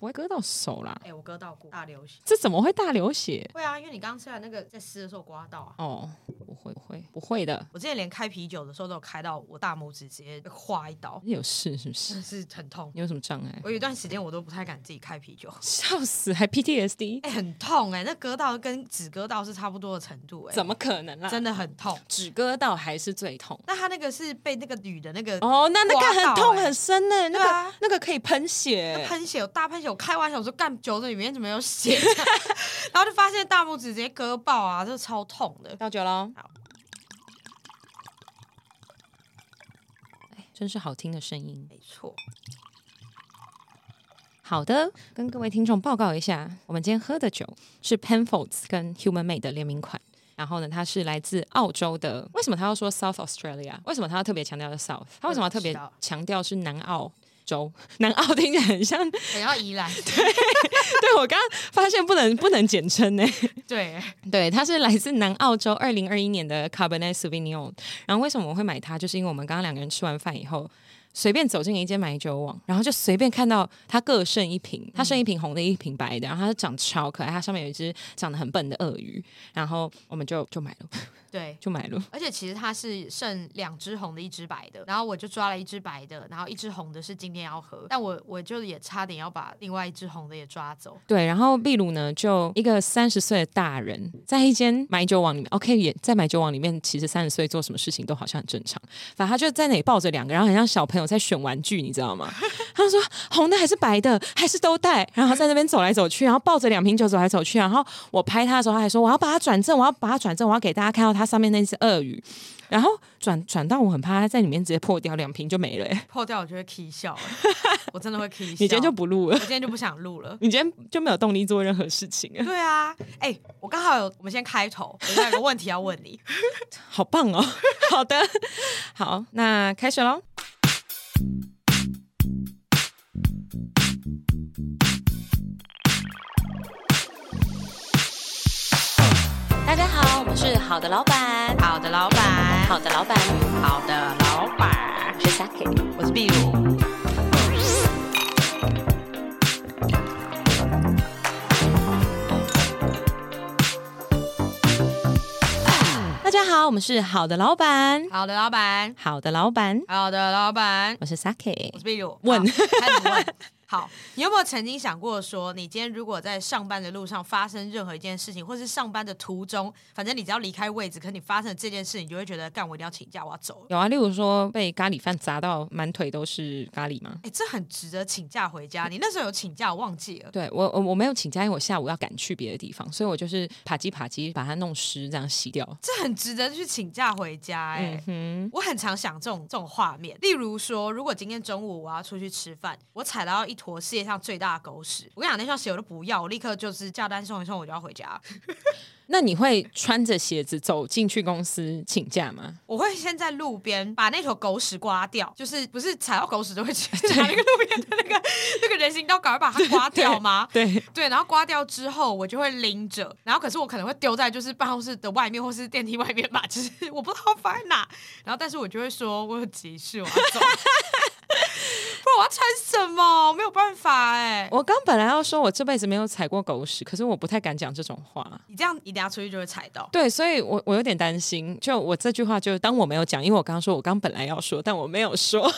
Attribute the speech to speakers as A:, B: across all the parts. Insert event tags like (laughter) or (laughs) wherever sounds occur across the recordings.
A: 不会割到手啦
B: 哎、。我割到过大流血。
A: 这怎么会大流血？
B: 会啊，因为你刚吃完那个在撕的时候刮到啊。
A: 哦，不会不会不会的，
B: 我之前连开啤酒的时候都有开到我大拇指，直接被划一刀，
A: 你有事是不是
B: 真？的是很痛。
A: 你有什么障碍？
B: 我有一段时间我都不太敢自己开啤酒，
A: 笑死，还 PTSD？、
B: 哎、很痛哎、那割到跟只割到是差不多的程度哎、
A: 怎么可能啦？
B: 真的很痛。
A: 只割到还是最痛。
B: 那他那个是被那个铝的那个
A: 哦，那那个
B: 刮
A: 很
B: 到
A: 痛
B: 欸
A: 很深呢、那
B: 对
A: 个、
B: 啊
A: 那个可以喷血、欸
B: 那喷血，我大喷血，我开玩笑，我说干酒的里面怎么有血， (laughs) 然后就发现大拇指直接割爆啊，这超痛的。
A: 倒酒喽
B: 好。
A: 哎真是好听的声音。
B: 没错，
A: 好的，跟各位听众报告一下，我们今天喝的酒是 Penfolds 跟 Human Made 的联名款。然后呢，它是来自澳洲的。为什么他要说 South Australia？为什么他要特别强调是 South？他为什么要特
B: 我
A: 别
B: 不知道
A: 强调是南澳洲？ (laughs) 南澳听起来很像， (laughs) 对
B: 等到宜兰，
A: 我刚刚发现不能不能简称呢、
B: 对，
A: 对，它是来自南澳洲二零二一年的 Cabernet Sauvignon。然后为什么我会买它，就是因为我们刚刚两个人吃完饭以后，随便走进一间买酒网，然后就随便看到它各剩一瓶，它剩一瓶红的，一瓶白的，然后它长得超可爱，它上面有一只长得很笨的鳄鱼，然后我们就就买了，
B: 对。
A: 就买了。
B: 而且其实它是剩两只红的，一只白的，然后我就抓了一只白的，然后一只红的是今天要喝，但我我就也差点要把另外一只红的也抓走，
A: 对，然后秘鲁呢，就一个三十岁的大人，在一间买酒网里面，OK，也在买酒网里面，其实三十岁做什么事情都好像很正常。反正他就在那里抱着两个，然后很像小朋友在选玩具，你知道吗？ (laughs) 他就说红的还是白的，还是都带，然后在那边走来走去，然后抱着两瓶酒走来走去。然后我拍他的时候，他还说我要把它转正，我要把它转正，我要给大家看到它上面那只鳄鱼。然后转转到我很怕它在里面直接破掉，两瓶就没了、欸
B: 破掉我就会 k 笑了，我真的会 k 笑。
A: (laughs) 你今天就
B: 我
A: 不录了，
B: 今天就不想录了。
A: 你今天就没有动力做任何事情了，
B: 对啊，哎、我刚好有，我们先开头，我有个问题要问你，
A: 好棒哦！ (laughs) 好的，好，那开始喽。大家好，我们是好的老板，
B: 好的，老板，
A: 好的老板，
B: 好的，老板，
A: 我是 Saki。
B: 我是壁炉。
A: 大家好，我们是好的老板，
B: 好的，老板，
A: 好的老板，
B: 好的，老板，
A: 我是 Saki
B: 我。是壁炉。
A: 问
B: 好开始问。好，你有没有曾经想过说，你今天如果在上班的路上发生任何一件事情，或是上班的途中，反正你只要离开位置，可你发生了这件事，你就会觉得，干，我一定要请假，我要走了。
A: 有啊，例如说被咖喱饭砸到满腿都是咖喱吗？
B: 哎、这很值得请假回家。你那时候有请假，我忘记了。
A: 对我，我我没有请假，因为我下午要赶去别的地方，所以我就是啪叽啪叽把它弄湿，这样洗掉。
B: 这很值得去请假回家、哎、
A: 嗯哼，
B: 我很常想这种这种画面，例如说，如果今天中午我要出去吃饭，我踩到一坨世界上最大的狗屎，我跟你讲那双鞋我都不要，我立刻就是叫单送一送，我就要回家。
A: 那你会穿着鞋子走进去公司请假吗？ (laughs)
B: 我会先在路边把那坨狗屎刮掉， (laughs) 就是不是踩到狗屎就会去 (laughs) 拿那个路边的那个 (laughs) 那个人行道赶快把它刮掉吗？
A: 对，
B: 对，然后刮掉之后，我就会拎着，然后可是我可能会丢在就是办公室的外面或是电梯外面吧， (laughs) 就是我不知道放在哪，然后但是我就会说我有急事，我要走，不然我要穿什么？没有办法哎、
A: 我刚本来要说我这辈子没有踩过狗屎，可是我不太敢讲这种话。
B: 你这样你等下出去就会踩到，
A: 对，所以我我有点担心。就我这句话，就是当我没有讲，因为我刚刚说我刚本来要说，但我没有说。 (laughs)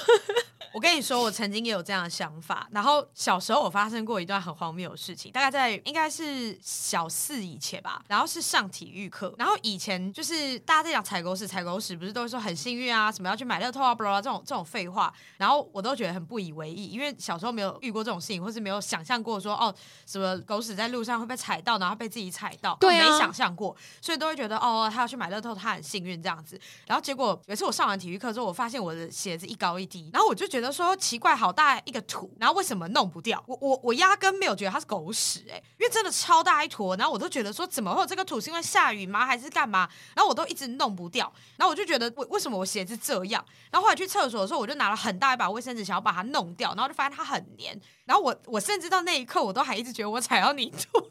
B: 我跟你说，我曾经也有这样的想法。然后小时候我发生过一段很荒谬的事情，大概在应该是小四以前吧。然后是上体育课，然后以前就是大家在讲踩狗屎，踩狗屎不是都会说很幸运啊，什么要去买乐透啊，巴拉巴拉这种这种废话。然后我都觉得很不以为意，因为小时候没有遇过这种事情，或是没有想象过说哦，什么狗屎在路上会被踩到，然后被自己踩到，哦
A: 对啊
B: 没想象过，所以都会觉得哦，他要去买乐透，他很幸运这样子。然后结果有一次我上完体育课之后，我发现我的鞋子一高一低，然后我就觉得说奇怪，好大一个土，然后为什么弄不掉？我我我压根没有觉得它是狗屎哎、欸因为真的超大一坨，然后我都觉得说怎么会有这个土是因为下雨吗还是干嘛？然后我都一直弄不掉，然后我就觉得为为什么我鞋子这样？然后后来去厕所的时候，我就拿了很大一把卫生纸想要把它弄掉，然后就发现它很黏，然后我我甚至到那一刻我都还一直觉得我踩到泥土。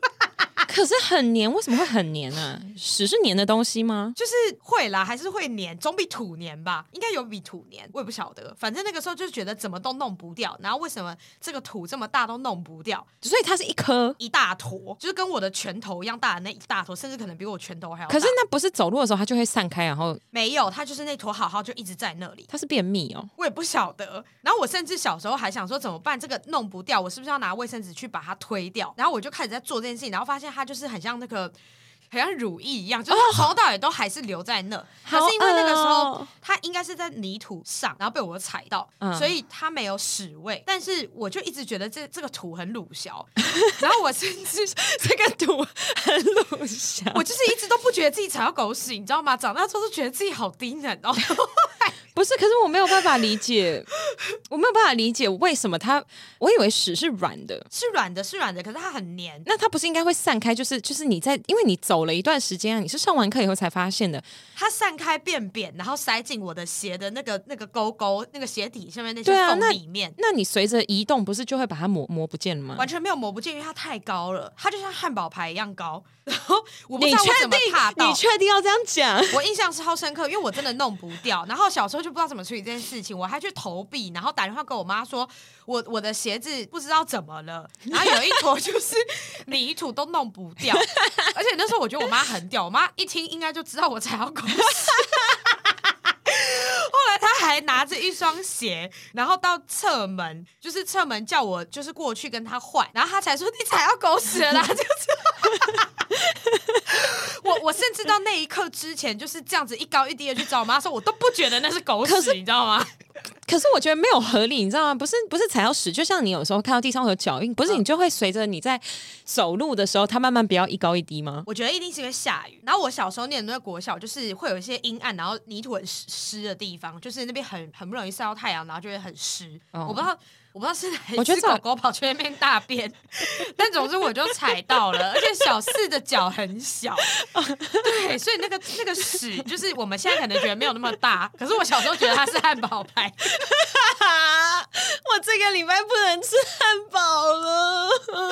A: 可是很黏，为什么会很黏呢、屎是黏的东西吗？
B: 就是会啦，还是会粘，总比土粘吧，应该有比土粘，我也不晓得。反正那个时候就是觉得怎么都弄不掉，然后为什么这个土这么大都弄不掉，
A: 所以它是一颗。
B: 一大坨，就是跟我的拳头一样大的那一大坨，甚至可能比我拳头还要大。
A: 可是那不是走路的时候它就会散开，然后
B: 没有，它就是那坨好好就一直在那里。
A: 它是便秘哦。
B: 我也不晓得，然后我甚至小时候还想说怎么办，这个弄不掉，我是不是要拿卫生纸去把它推掉？然后我就开始在做这件事情，然后发现它就是很像那个，很像乳液一样，就是它从头到尾都还是留在那。可是因为那个时
A: 哦好
B: 候
A: 恶哦
B: 它应该是在泥土上，然后被我踩到，
A: 嗯
B: 所以它没有屎味。但是我就一直觉得这这个土很鲁小，然后我甚至 (laughs)
A: 这个图很露下，
B: 我就是一直都不觉得自己踩到狗屎，你知道吗？长大之后都觉得自己好低能哦。 (laughs)
A: 不是，可是我没有办法理解，我没有办法理解为什么它，我以为屎是软的，
B: 是软的，是软的，可是它很黏。
A: 那它不是应该会散开？就是就是你在，因为你走了一段时间啊，你是上完课以后才发现的。
B: 它散开便便，然后塞进我的鞋的那个那个沟沟、那个鞋底下面那些
A: 对啊
B: 缝
A: 那
B: 里面，
A: 那你随着移动，不是就会把它磨磨不见了吗？
B: 完全没有抹不进，因为它太高了，它就像汉堡排一样高。然后我不
A: 你
B: 知道
A: 确
B: 我怎么
A: 定
B: 踏？到
A: 你。确定要这样讲？
B: (laughs) 我印象超深刻，因为我真的弄不掉。然后小时候就不知道怎么处理这件事情，我还去投币，然后打电话给我妈说，我我的鞋子不知道怎么了，然后有一坨就是泥土都弄不掉。而且那时候我觉得我妈很屌，我妈一听应该就知道我踩到狗屎。 (laughs) 后来她还拿着一双鞋，然后到侧门，就是侧门叫我就是过去跟她换，然后她才说你踩到狗屎了啦，就是。 (laughs) 我我甚至到那一刻之前就是这样子一高一低的去找我妈说，我都不觉得那是狗
A: 可
B: 屎，你知道
A: (laughs)
B: 吗？
A: 可是我觉得没有合理，你知道吗？不是不是踩到屎，就像你有时候看到地上会有脚印，不是
B: 嗯
A: 你就会随着你在走路的时候，它慢慢不要一高一低吗？
B: 我觉得一定是因为下雨。然后我小时候念的那个国小，就是会有一些阴暗，然后泥土很湿湿的地方，就是那边很很不容易晒到太阳，然后就会很湿。
A: 哦
B: 我不知道，我不知道是哪
A: 我
B: 一
A: 觉
B: 只
A: 得
B: 狗
A: 这
B: 狗跑去那边大便， (laughs) 但总之我就踩
A: (laughs)
B: 到了，而且小四的脚很小，对，所以那个那个屎，就是我们现在可能觉得没有那么大，可是我小时候觉得它是汉堡排。
A: 啊！我这个礼拜不能吃汉堡了，啊，我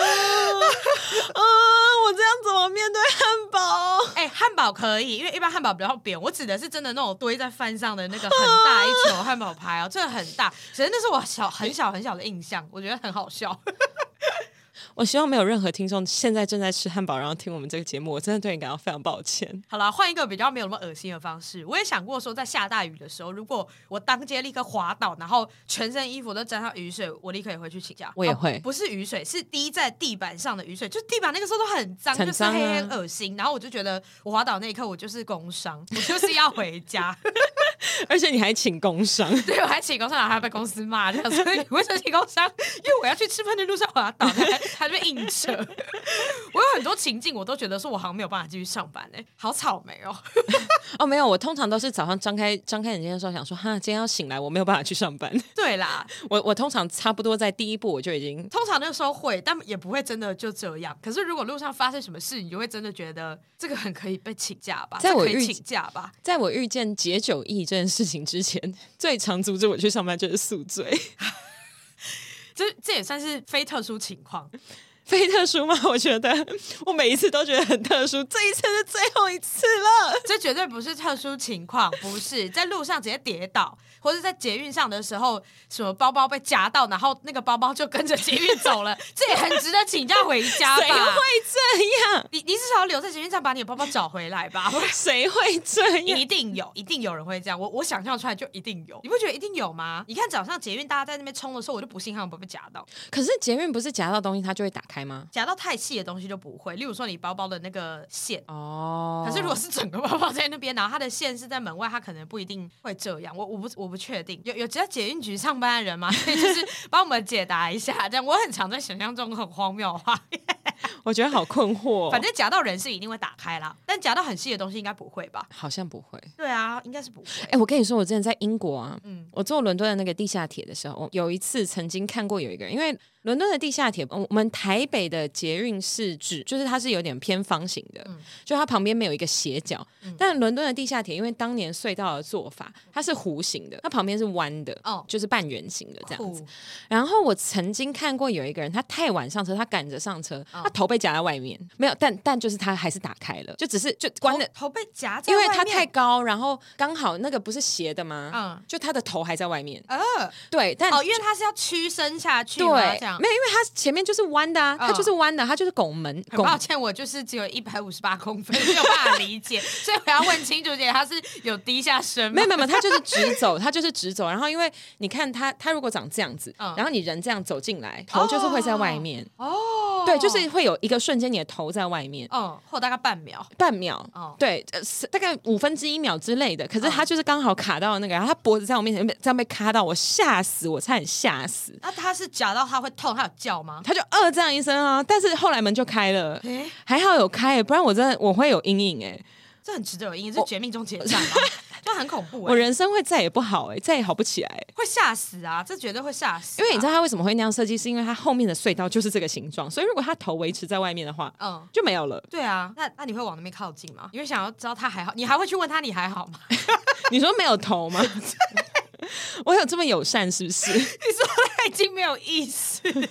A: 这样怎么面对汉堡？
B: 哎、汉堡可以，因为一般汉堡比较扁。我指的是真的那种堆在饭上的那个很大一
A: 啊
B: 球汉堡排哦，真的很大。其实那是我小很小很小的印象，我觉得很好笑。 (laughs)
A: 我希望没有任何听众现在正在吃汉堡，然后听我们这个节目，我真的对你感到非常抱歉。
B: 好了，换一个比较没有那么恶心的方式。我也想过说，在下大雨的时候，如果我当街立刻滑倒，然后全身衣服都沾上雨水，我立刻也会去请假。
A: 我也
B: 哦
A: 会
B: 不是雨水，是滴在地板上的雨水，就地板那个时候都很脏，
A: 很
B: 就是
A: 脏啊
B: 黑黑恶心。然后我就觉得，我滑倒那一刻，我就是工伤，我就是要回家。
A: 而且你还请工伤，
B: (laughs) 对，我还请工伤，然后还被公司骂，这样所以你为什么请工伤？因为我要去吃饭的路上我要倒，还还被硬扯。我有很多情境，我都觉得说我好像没有办法继续上班哎、好草莓哦。 (laughs)
A: 哦，没有，我通常都是早上张开张开眼睛的时候想说，哈，今天要醒来，我没有办法去上班。
B: 对啦，
A: 我我通常差不多在第一步我就已经
B: 通常那个时候会，但也不会真的就这样。可是如果路上发生什么事，你就会真的觉得这个很可以被请假吧，
A: 在
B: 这
A: 我
B: 可以
A: 预
B: 请假吧。
A: 在我遇见解酒意这件事情之前，最常阻止我去上班就是宿醉，
B: 这这也算是非特殊情况。
A: (laughs) 非特殊吗？我觉得我每一次都觉得很特殊，这一次是最后一次了。
B: 这绝对不是特殊情况，不是在路上直接跌倒，或是在捷运上的时候，什么包包被夹到，然后那个包包就跟着捷运走了，这也很值得请假回家
A: 谁
B: 吧
A: 会？这样？
B: 你你至少要留在捷运站把你的包包找回来 (laughs) 吧。
A: (laughs) 谁会这样？
B: 一定有，一定有人会这样。我我想象出来就一定有，你不觉得一定有吗？你看早上捷运大家在那边冲的时候，我就不信他们不会被夹到，
A: 可是捷运不是夹到东西它就会打开吗？
B: 夹到太细的东西就不会。例如说你包包的那个线，
A: 哦，
B: 可是如果是整个包包在那边，然后它的线是在门外，它可能不一定会这样。我我不我不确定，有有在捷运局上班的人吗？ (laughs) 所以就是帮我们解答一下。这样我很常在想象中很荒谬的话，
A: 我觉得好困惑、
B: 反正夹到人是一定会打开啦，但夹到很细的东西应该不会吧？
A: 好像不会。
B: 对啊，应该是不会。
A: 哎、我跟你说，我之前在英国啊，
B: 嗯
A: 我坐伦敦的那个地下铁的时候，我有一次曾经看过有一个人，因为伦敦的地下铁，嗯我我们台北的捷运是指就是它是有点偏方形的，
B: 嗯
A: 就它旁边没有一个斜角，但伦敦的地下铁，因为当年隧道的做法，它是弧形的，它旁边是弯的，
B: 哦
A: 就是半圆形的这样子。
B: 酷哦
A: 然后我曾经看过有一个人，他太晚上车，他赶着上车，他头被夹在外面，没有，但但就是它还是打开了，就只是就关
B: 头
A: 的。
B: 头被夹在
A: 因
B: 外
A: 为
B: 面，
A: 它太高，然后刚好那个不是斜的吗？
B: 嗯
A: 就它的头还在外面。
B: 呃
A: 对，但
B: 哦，因为它是要屈身下去
A: 对，
B: 嘛，
A: 没
B: 这
A: 有，
B: 样
A: 因。为它前面就是弯的啊，它
B: 嗯
A: 就是弯的，它就是拱门
B: 很
A: 拱。
B: 抱歉，我就是只有一百五十八公分，没有办法理解， (laughs) 所以我要问清楚姐，她是有低下身
A: 没
B: 吗
A: 有？没有，
B: (laughs)
A: 没有它就是直走，它就是直走。然后因为你看它，它如果长这样子，
B: 嗯
A: 然后你人这样走进来，头就是会在外面。
B: 哦，
A: 对，就是会有一个瞬间，你的头在外面。
B: 嗯，或大概半秒，
A: 半秒，
B: 哦
A: 对，呃，是大概五分之一秒之类的。可是
B: 哦
A: 他就是刚好卡到那个，然后他脖子在我面前被这样被卡到，我吓死，我差点吓死。
B: 那他是夹到他会痛，他有叫吗？
A: 他就呃这样一声啊，但是后来门就开了，
B: 诶，
A: 还好有开，不然我真的我会有阴影哎、
B: 这很值得有阴影，这是绝命终结
A: (laughs)
B: 战吗？就很恐怖
A: 我
B: 哎、
A: 人生会再也不好哎、再也好不起来、
B: 会吓死啊！这绝对会吓死啊、
A: 因为你知道他为什么会那样设计，是因为他后面的隧道就是这个形状，所以如果他头维持在外面的话，
B: 嗯。
A: 就没有了。
B: 对啊，那那你会往那边靠近吗？你会想要知道他还好，你还会去问他你还好吗？ (laughs)
A: 你说没有头 (laughs) 吗？我有这么友善是不 (laughs) 是？
B: 你说他已经没有意识
A: (laughs)
B: 了，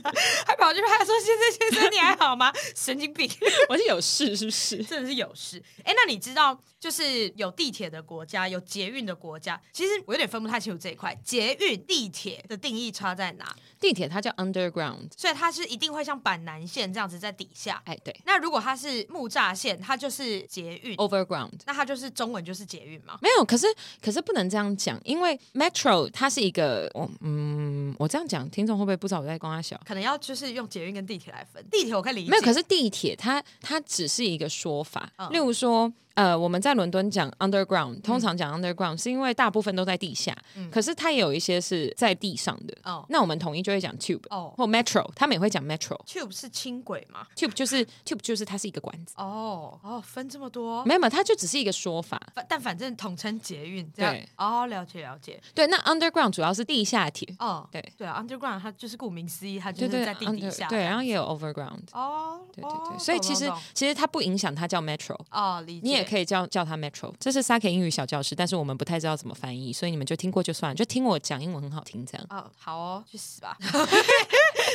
B: 还跑去拍说先生先生你还好吗？神经病， (laughs)
A: 我是有事是不是？
B: 真的是有事。哎，那你知道就是有地铁的国家，有捷运的国家，其实我有点分不太清楚这一块。捷运、地铁的定义差在哪？
A: 地铁它叫 underground，
B: 所以它是一定会像板南线这样子在底下。
A: 哎对
B: 那如果它是木栅线，它就是捷运，
A: 哦，overground。
B: 那它就是中文就是捷运嘛。
A: 没有，可是可是不能这样讲，因为 Metro 它是一个，我嗯，我这样讲，听众会不会不知道我在光他小？
B: 可能要就是用捷运跟地铁来分，地铁我可以理解。
A: 没有，可是地铁它它只是一个说法，
B: 嗯
A: 例如说，呃，我们在伦敦讲 underground，通常讲 underground、是因为大部分都在地下，可是它也有一些是在地上的。
B: 嗯哦
A: 那我们统一就会讲 tube
B: 哦
A: 或 metro，他们也会讲 metro，tube
B: ，Tube 是轻轨嘛？
A: 就是 tube 就是它是一个管子，
B: 哦哦，分这么多，
A: 没有，没有，它就只是一个说法。
B: 反但反正统称捷运这样
A: 对。
B: 哦，了解了解。
A: 对，那 underground 主要是地下铁，
B: 哦，
A: 对
B: 对啊，Underground 它就是顾名思义，它就
A: 对
B: 是
A: 对
B: 在地
A: under-
B: 底下。
A: 对，然后也有 overground。
B: 哦，
A: 对对
B: 哦
A: 对，所以
B: 懂
A: 其实
B: 懂懂
A: 其实它不影响它叫 metro，
B: 哦，理解。。
A: 你也可以叫叫它 metro。这是 Sake 英语小教室，但是我们不太知道怎么翻译，所以你们就听过就算了，就听我讲英文很好听这样 (laughs)
B: 哦，好哦，去死吧！ (laughs)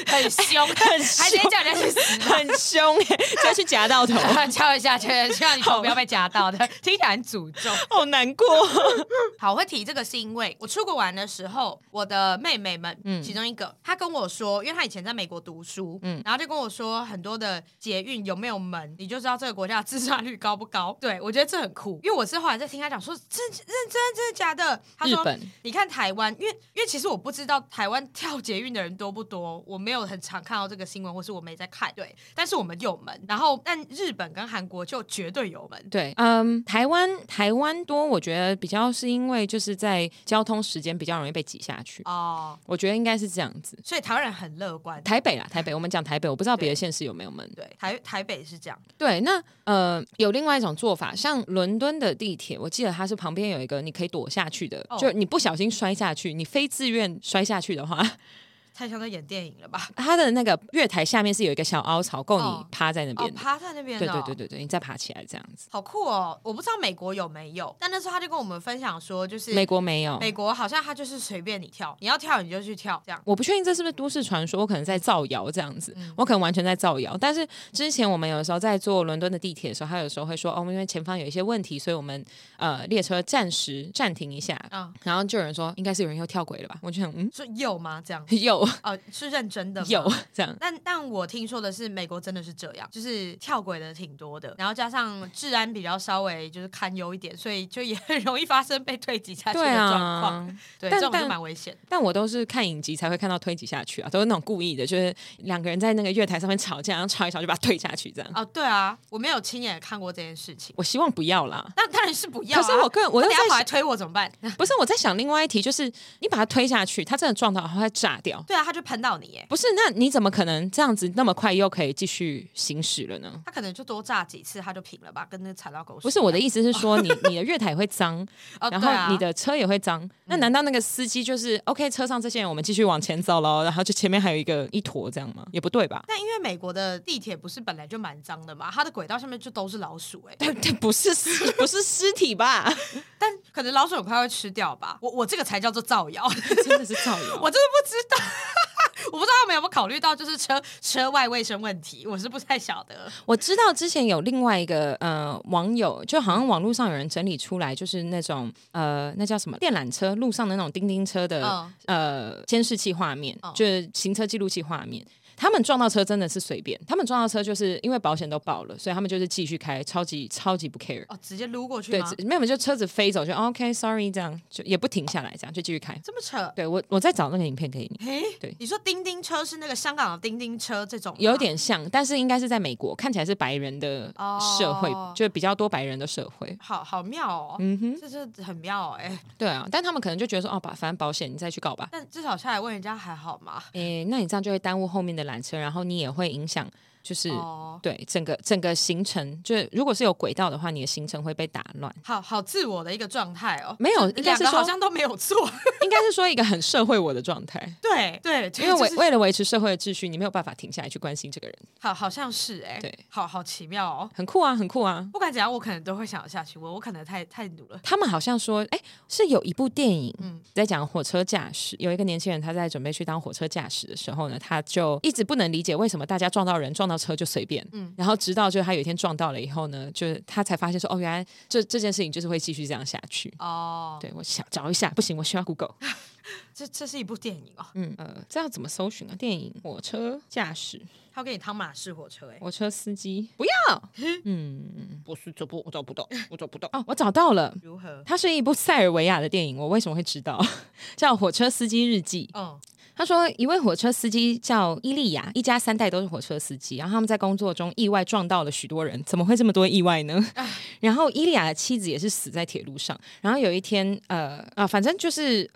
B: 很凶，
A: (laughs) 很凶
B: 还直接叫人家去死吧。
A: 很凶哎、就要去夹到头
B: 敲一下，敲一下，希望你头不要被夹到的， (laughs) 听起来很诅咒。
A: (laughs) 好难过。
B: 好，我会提这个是因为我出国玩的时候，我的妹妹们，
A: 嗯
B: 其中一个，她跟我说，因为她以前在美国读书，然后就跟我说很多的捷运有没有门，你就知道这个国家的自杀率高不高。 (laughs) 对我觉得这很酷，因为我是后来在听她讲说，真认真真的假的？她
A: 日
B: 说
A: 本
B: 你看台湾，因为因为其实我不知道台湾跳捷运的人多不多，我没有很常看到这个新闻，或是我没在看。对，但是我们有门，然后但日本跟韩国就绝对有门。
A: 对，嗯，台湾台湾多，我觉得比较是因为就是在交通时间比较容易被挤下去，
B: 哦，
A: 我觉得应该是这样子。
B: 所以台湾人很乐观。
A: 台北啦，台北，我们讲台北，我不知道别的
B: 对
A: 县市有没有门。
B: 对，台台北是这样。
A: 对，那呃，有另外一种做法，像伦敦的地铁，我记得它是旁边有一个你可以躲下去的，
B: 哦
A: 就你不小心摔下去，你非自愿摔下去的话，
B: 太像在演电影了
A: (laughs)
B: 吧？
A: 它的那个月台下面是有一个小凹槽，够你
B: 哦
A: 趴在那
B: 哦，
A: 边的。
B: 趴在那边、哦，
A: 对对对对对，你再爬起来这样子。
B: 好酷哦！我不知道美国有没有，但那时候他就跟我们分享说，就是
A: 美国没有，
B: 美国好像他就是随便你跳，你要跳你就去跳这样。
A: 我不确定这是不是都市传说，我可能在造谣这样子，
B: 嗯
A: 我可能完全在造谣。但是之前我们有的时候在坐伦敦的地铁的时候，他有时候会说哦，因为前方有一些问题，所以我们呃列车暂时暂停一下。
B: 嗯
A: 然后就有人说应该是有人又跳轨了吧？我就想
B: (laughs)
A: 嗯，
B: 说有吗？这样
A: 有
B: 哦，是认真的吗
A: (laughs) 有。这
B: (laughs)
A: 样。
B: 但但我听说的是，美国真的是这样，就是跳轨的挺多的，然后加上治安比较稍微就是堪忧一点，所以就也很容易发生被推挤下去
A: 对
B: 的状
A: 啊
B: 况。，对，
A: 但
B: 这种
A: 但
B: 就蛮危险的。
A: 但我都是看影集才会看到推挤下去啊，都是那种故意的，就是两个人在那个月台上面吵架，然后吵一吵就把他推下去这样。
B: 哦，对啊，我没有亲眼看过这件事情，
A: 我希望不要啦。
B: 那当然是不要、啊。
A: 可是我个人，我
B: 那
A: 又
B: 等
A: 在
B: 一下跑来
A: 想，
B: 推我怎么办？ (laughs)
A: 不是我在想另外一题，就是你把他推下去，他真的撞到，然后他炸掉，
B: 对啊，他就喷到你耶，
A: 不是？那你怎么可能这样子那么快又可以继续行驶了呢？
B: 他可能就多炸几次，他就平了吧，跟那踩到狗屎。
A: 不是我的，意思是说 (laughs) 你，你的月台会脏，
B: 哦，
A: 然
B: 对啊
A: 后你的车也会脏。那难道那个司机就是 OK？车上这些人，我们继续往前走喽，然后就前面还有一个一坨这样吗？也不对吧？
B: 但因为美国的地铁不是本来就蛮脏的嘛，它的轨道上面就都是老鼠哎、
A: (laughs) 但但不是尸不是尸体吧？
B: (laughs) 但可能老鼠很快会吃掉吧。我我这个才叫做造谣， (laughs)
A: 真的是造谣。
B: 我真的不知道， (laughs) 我不知道他们有没有考虑到就是车车外卫生问题，我是不太晓得。
A: 我知道之前有另外一个呃网友，就好像网络上有人整理出来，就是那种呃那叫什么电缆车路上的那种叮叮车的、
B: 嗯
A: 呃监视器画面，
B: 嗯
A: 就是行车记录器画面。他们撞到车真的是随便，他们撞到车就是因为保险都报了，所以他们就是继续开，超级超级不 care。
B: 哦，直接撸过去
A: 对
B: 吗，？
A: 只没有就车子飞走就 OK，sorry、这样就也不停下来，这样就继续开。
B: 这么扯？
A: 对我我再找那个影片给你，
B: 诶，
A: 对
B: 你说叮叮车是那个香港的叮叮车这种吗，
A: 有点像，但是应该是在美国，看起来是白人的社会，
B: 哦
A: 就比较多白人的社会。
B: 好好妙哦，嗯哼，这是很妙哎、
A: 对啊，但他们可能就觉得说，哦，把反正保险你再去搞吧。
B: 但至少下来问人家还好嘛，
A: 诶，那你这样就会耽误后面的缆车，然后你也会影响，就是、
B: 哦。
A: 对整个整个行程，就是如果是有轨道的话，你的行程会被打乱。
B: 好好自我的一个状态哦，
A: 没有
B: 这
A: 应该是
B: 两个好
A: 说
B: 像都没有错， (laughs)
A: 应该是说一个很社会我的状态，
B: 对对， (laughs) 对
A: 因为为、
B: 就是
A: 为了维持社会的秩序，你没有办法停下来去关心这个人，
B: 好好像是哎、
A: 对，
B: 好好奇妙哦。
A: 很酷啊，很酷啊。
B: 不管怎样，我可能都会想要下去问，我可能太太努了。
A: 他们好像说，哎、是有一部电影，
B: 嗯
A: 在讲火车驾驶，有一个年轻人他在准备去当火车驾驶的时候呢，他就一直不能理解为什么大家撞到人、撞到车就随便，嗯，然后直到就是他有一天撞到了以后呢，就是他才发现说，哦，原来这这件事情就是会继续这样下去。
B: 哦，
A: 对，我想找一下，不行，我需要 Google。
B: 这这是一部电影哦，
A: 嗯，呃，这要怎么搜寻啊？电影火车驾驶，
B: 他要给你汤马式火车哎、
A: 火车司机，不要。嗯，不是这部我找不到，我找不到。哦，我找到了，
B: 如何？
A: 它是一部塞尔维亚的电影，我为什么会知道？ (laughs) 叫《火车司机日记》。
B: 嗯，
A: 他说，一位火车司机叫伊利亚，一家三代都是火车司机，然后他们在工作中意外撞到了许多人，怎么会这么多意外呢？然后伊利亚的妻子也是死在铁路上，然后有一天，呃啊，反正就是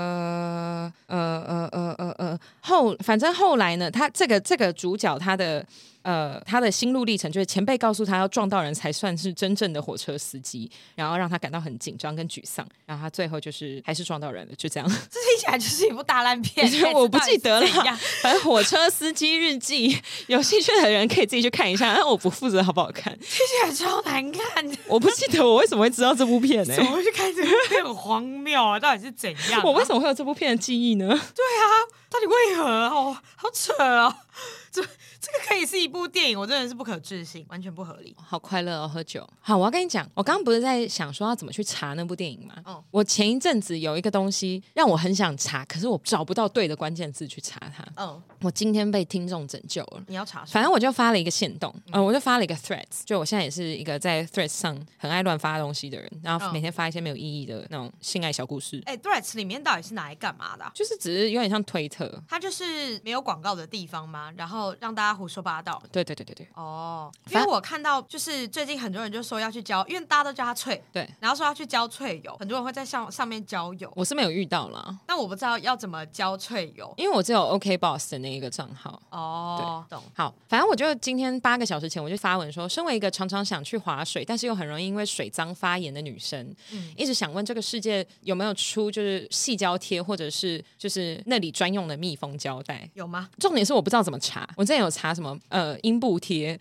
A: 呃呃呃呃呃呃后，反正后来呢，他这个这个主角他的。呃，他的心路历程就是前辈告诉他要撞到人才算是真正的火车司机，然后让他感到很紧张跟沮丧，然后他最后就是还是撞到人了，就这样。，
B: 这听起来就是一部大烂片
A: (laughs)
B: 哎
A: 我不记得了
B: 这到底是怎样，
A: 反正《火车司机日记》有兴趣的人可以自己去看一下，但啊我不负责好不好看。
B: 听起来超难
A: (laughs)
B: 看的。
A: 我不记得我为什么会知道这部片呢、
B: 怎么会去看这个 (laughs) 片很荒谬啊？到底是怎样啊、
A: (laughs) 我为什么会有这部片的记忆呢？
B: 到底为何啊？哦，好扯哦！ (laughs) 这这个可以是一部电影，我真的是不可置信，完全不合理。
A: 好快乐哦，喝酒。好，我要跟你讲，我刚刚不是在想说要怎么去查那部电影吗？
B: 嗯
A: 我前一阵子有一个东西让我很想查，可是我找不到对的关键字去查它。
B: 嗯，
A: 我今天被听众拯救了。
B: 你要查什么？
A: 哦反正我就发了一个线动，呃，我就发了一个 Threads，就我现在也是一个在 Threads 上很爱乱发东西的人，然后
B: 嗯
A: 每天发一些没有意义的那种性爱小故事，
B: 哎、d r e t s 里面到底是拿来干嘛的啊、
A: 就是只是有点像推特。
B: 它就是没有广告的地方吗？然后让大家胡说八道。
A: 对对对对对
B: 哦，因
A: 反
B: 为我看到就是最近很多人就说要去交，因为大家都叫他翠，
A: 对，
B: 然后说要去交翠友，很多人会在上上面交友，
A: 我是没有遇到啦，
B: 但我不知道要怎么交翠友。
A: 因为我只有 OK Boss 的那一个账号。
B: 哦，懂。
A: 好，反正我就今天八个小时前我就发文说，身为一个常常想去划水，但是又很容易因为水脏发炎的女生，一直想问这个世界有没有出就是细胶贴或者是就是那里专用的密封胶带，
B: 有吗？
A: 重点是我不知道怎么查，我之前有查什么呃阴部贴，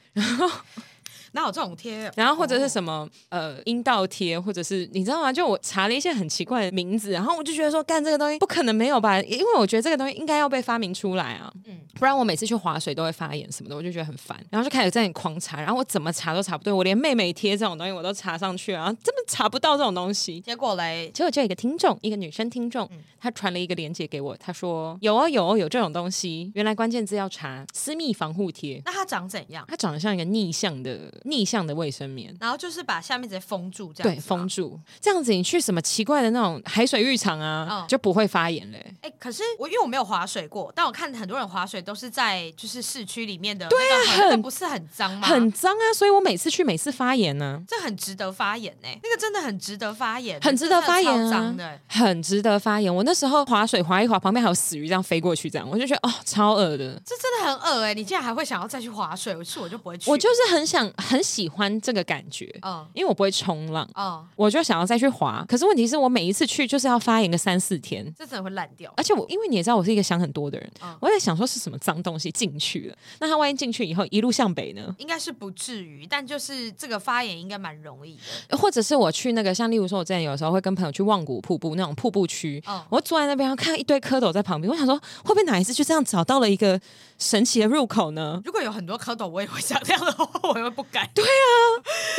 B: 哪有这种贴？
A: 然后或者是什么、呃阴道贴，或者是你知道吗？就我查了一些很奇怪的名字，然后我就觉得说干这个东西不可能没有吧，因为我觉得这个东西应该要被发明出来啊，不然我每次去划水都会发炎什么的，我就觉得很烦，然后就开始在那里狂查，然后我怎么查都查不对，我连妹妹贴这种东西我都查上去，然后根本查不到这种东西。
B: 结果嘞，
A: 结果就有一个听众，一个女生听众，她传了一个链接给我，她说有哦有哦有这种东西，原来关键字要查私密防护贴，
B: 那它长怎样？
A: 它长得像一个逆向的逆向的卫生棉。
B: 然后就是把下面直接封住，这样
A: 对，
B: 子吗啊
A: 封。住这样子，你去什么奇怪的那种海水浴场啊，
B: 嗯
A: 就不会发炎嘞、
B: 哎、可是我因为我没有划水过，但我看很多人划水都是在就是市区里面的，对啊，那个不是很脏吗？
A: 很脏啊，所以我每次去每次发炎呢、
B: 这很值得发言呢、那个真的很值得发言，
A: 很值得发言啊
B: 真的超脏的欸、
A: 很值得发炎。我那时候划水划一划，旁边还有死鱼这样飞过去，这样我就觉得哦，超恶的。
B: 欸这真的很恶哎、你竟然还会想要再去划水，我是我就不会去，
A: 我就是很想很喜欢这个感觉，
B: 嗯
A: 因为我不会冲浪，
B: 嗯，
A: 我就想要再去滑。可是问题是我每一次去就是要发炎个三四天，
B: 这真的会烂掉。
A: 而且我因为你也知道我是一个想很多的人，
B: 嗯
A: 我在想说是什么脏东西进去了，那他万一进去以后一路向北呢？
B: 应该是不至于，但就是这个发炎应该蛮容易的。
A: 或者是我去那个像例如说，我之前有时候会跟朋友去望古瀑布那种瀑布区，
B: 嗯
A: 我坐在那边然后看到一堆蝌蚪在旁边，我想说会不会哪一次就这样找到了一个神奇的入口呢？
B: 如果有很多蝌蚪，我也会想这样的话，我也会不敢。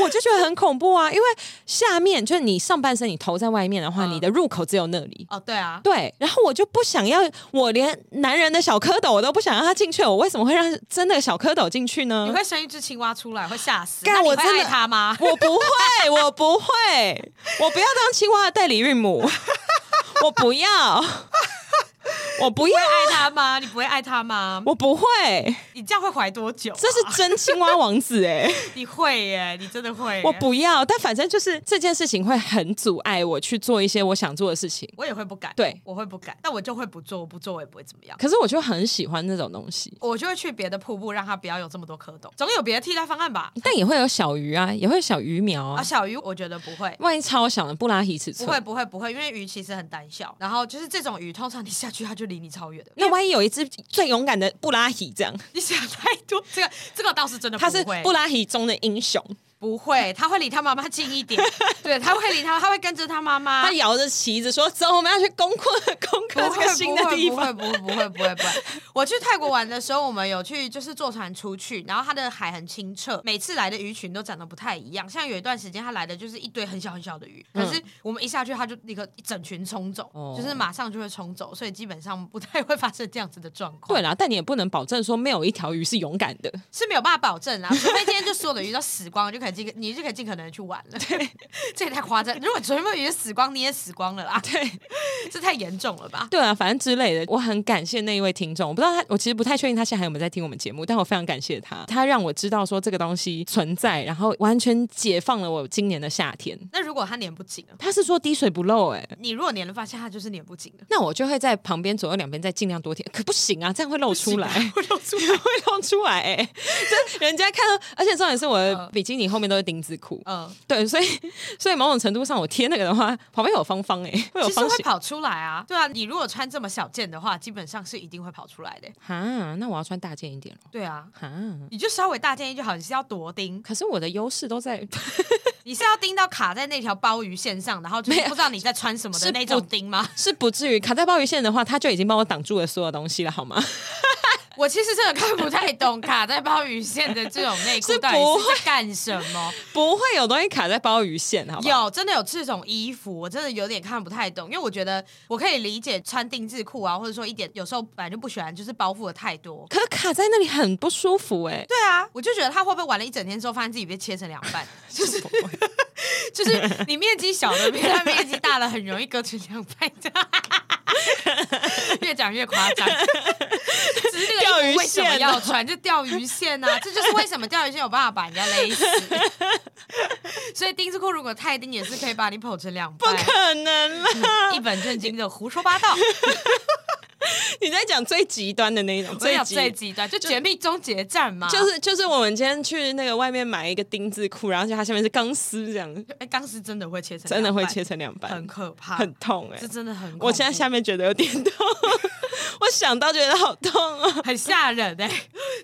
A: 我就觉得很恐怖啊，因为下面就是你上半身你头在外面的话，
B: 嗯
A: 你的入口只有那里。
B: 哦，对啊，
A: 对，然后我就不想要，我连男人的小蝌蚪我都不想让他进去，我为什么会让真的小蝌蚪进去呢？
B: 你会生一只青蛙出来，会吓
A: 啊
B: 死。
A: 干
B: 那你
A: 我
B: 会
A: 真的
B: 爱它吗？ (laughs)
A: 我不会，我不会，我不要当青蛙的代理孕
B: (laughs)
A: 母，我不要，我不
B: 你
A: 要
B: 会，爱它吗？你不会爱它吗？
A: 我不会，
B: 你这样会怀多久啊、
A: 这是真青蛙王子
B: (laughs)
A: 哎、
B: 你会耶，你真的会耶。
A: 我不要，但反正就是这件事情会很阻碍我去做一些我想做的事情。
B: 我也会不敢，
A: 对
B: 我会不敢，但我就会不做，我不做我也不会怎么样。
A: 可是我就很喜欢那种东西，
B: 我就会去别的瀑布，让它不要有这么多蝌蚪，总有别的替代方案吧。
A: 但也会有小鱼啊，也会有小鱼苗
B: 啊，
A: 啊。
B: 小鱼我觉得不会，
A: 万一超小的布拉提尺
B: 不
A: 寸，
B: 会不会不会，因为鱼其实很胆小，然后就是这种鱼，通常你下去它就离你超远的。
A: 那万一有一只最勇敢的布拉提这样，
B: (laughs) 你想太多，这个这个倒是真的不
A: 它是
B: 会，
A: 布拉提中的英雄，
B: 不会，它会离它妈妈近一
A: (laughs)
B: 点，对，它会离它，它会跟着它妈妈
A: 他。摇着旗子说：“走，我们要去攻克攻
B: 不
A: 克
B: 会
A: 这个新的地方。
B: 不会不会不会不会不会。 (laughs) 我去泰国玩的时候，我们有去就是坐船出去，然后它的海很清澈，每次来的鱼群都长得不太一样。像有一段时间，它来的就是一堆很小很小的鱼，可是我们一下去，它就立刻一整群冲走，
A: 嗯哦
B: 就是马上就会冲走，所以基本上不太会发生这样子的状”况。
A: 对啦，但你也不能保证说没有一条鱼是勇敢的。
B: 是没有办法保证啦，啊除非今天就所有的鱼都死光，就可以尽你就可以尽可能地去玩了。对， (laughs) 这也太夸张。如果全部鱼都死光，你也死光了啦。对， (laughs) 这太严重了吧？
A: 对啊，反正之类的。我很感谢那一位听众，我不知道他，我其实不太确定他现在还有没有在听我们节目，但我非常感谢他，他让我知道说这个东西存在，然后完全解放了我今年的夏天。
B: 那如果它粘不紧呢？
A: 他是说滴水不漏、欸，
B: 你如果粘了，发现它就是粘不紧的，
A: 那我就会在旁边左右两边再尽量多舔，可不行啊，这样会露出来，
B: 会露出 (laughs) 来。
A: 啊会露出来、欸， (laughs) 就是人家看到，而且重点是我的比基尼后面都是丁字裤，
B: 嗯，
A: 对，所以所以某种程度上，我贴那个的话，旁边有方方哎、会有
B: 其实
A: 方
B: 会
A: 形
B: 跑出来啊。对啊，你如果穿这么小件的话，基本上是一定会跑出来的。欸
A: 哈，那我要穿大件一点了
B: 对啊。
A: 哈。
B: 你就稍微大件衣就好，你是要多钉，
A: 可是我的优势都在
B: 你是要钉到卡在那条鲍鱼线上，然后就是不知道你在穿什么的
A: 是
B: 那
A: 不
B: 种钉吗？
A: 是不至于卡在鲍鱼线的话，它就已经帮我挡住了所有东西了，好吗？
B: (laughs)
A: (laughs)
B: 我其实真的看不太懂卡在鲍鱼线的这种内裤
A: 是
B: 到底
A: 不
B: (laughs) 是在干什 (laughs) 么。
A: 不会有东西卡在鲍鱼线，好吗？
B: 有真的有这种衣服，我真的有点看不太懂，因为我觉得我可以理解穿定制裤啊，或者说一点有时候本来就不喜欢，就是包覆的太多。
A: 可是卡在那里很不舒服哎、
B: 对啊，我就觉得他会不会玩了一整天之后，发现自己被切成两
A: (laughs)
B: 半，就是就是你面积小的比他面积大了，很容易割成两半。
A: (laughs)
B: 越讲越夸张，只是这个衣服为什么要
A: 啊
B: 穿？就钓鱼线啊，这就是为什么钓鱼线有办法把人家勒死。 (laughs) 所以丁字裤如果太丁也是可以把你剖成两
A: 不
B: 半，
A: 可能啦！ (laughs)
B: 一本正经的胡说八道，
A: 你在讲最极端的那一种，
B: 所以
A: 最
B: 有
A: 极
B: 最极端，就绝密终结战嘛，
A: 就是就是我们今天去那个外面买一个丁字裤，然后就它下面是钢丝这样，
B: 哎，当时真的会切成，
A: 真的会切，成两半，
B: 很可怕，
A: 很痛哎、
B: 这真的很恐怖，
A: 我现在下面觉得有点 (laughs) 痛，我想到觉得好痛哦。
B: 很吓人哎、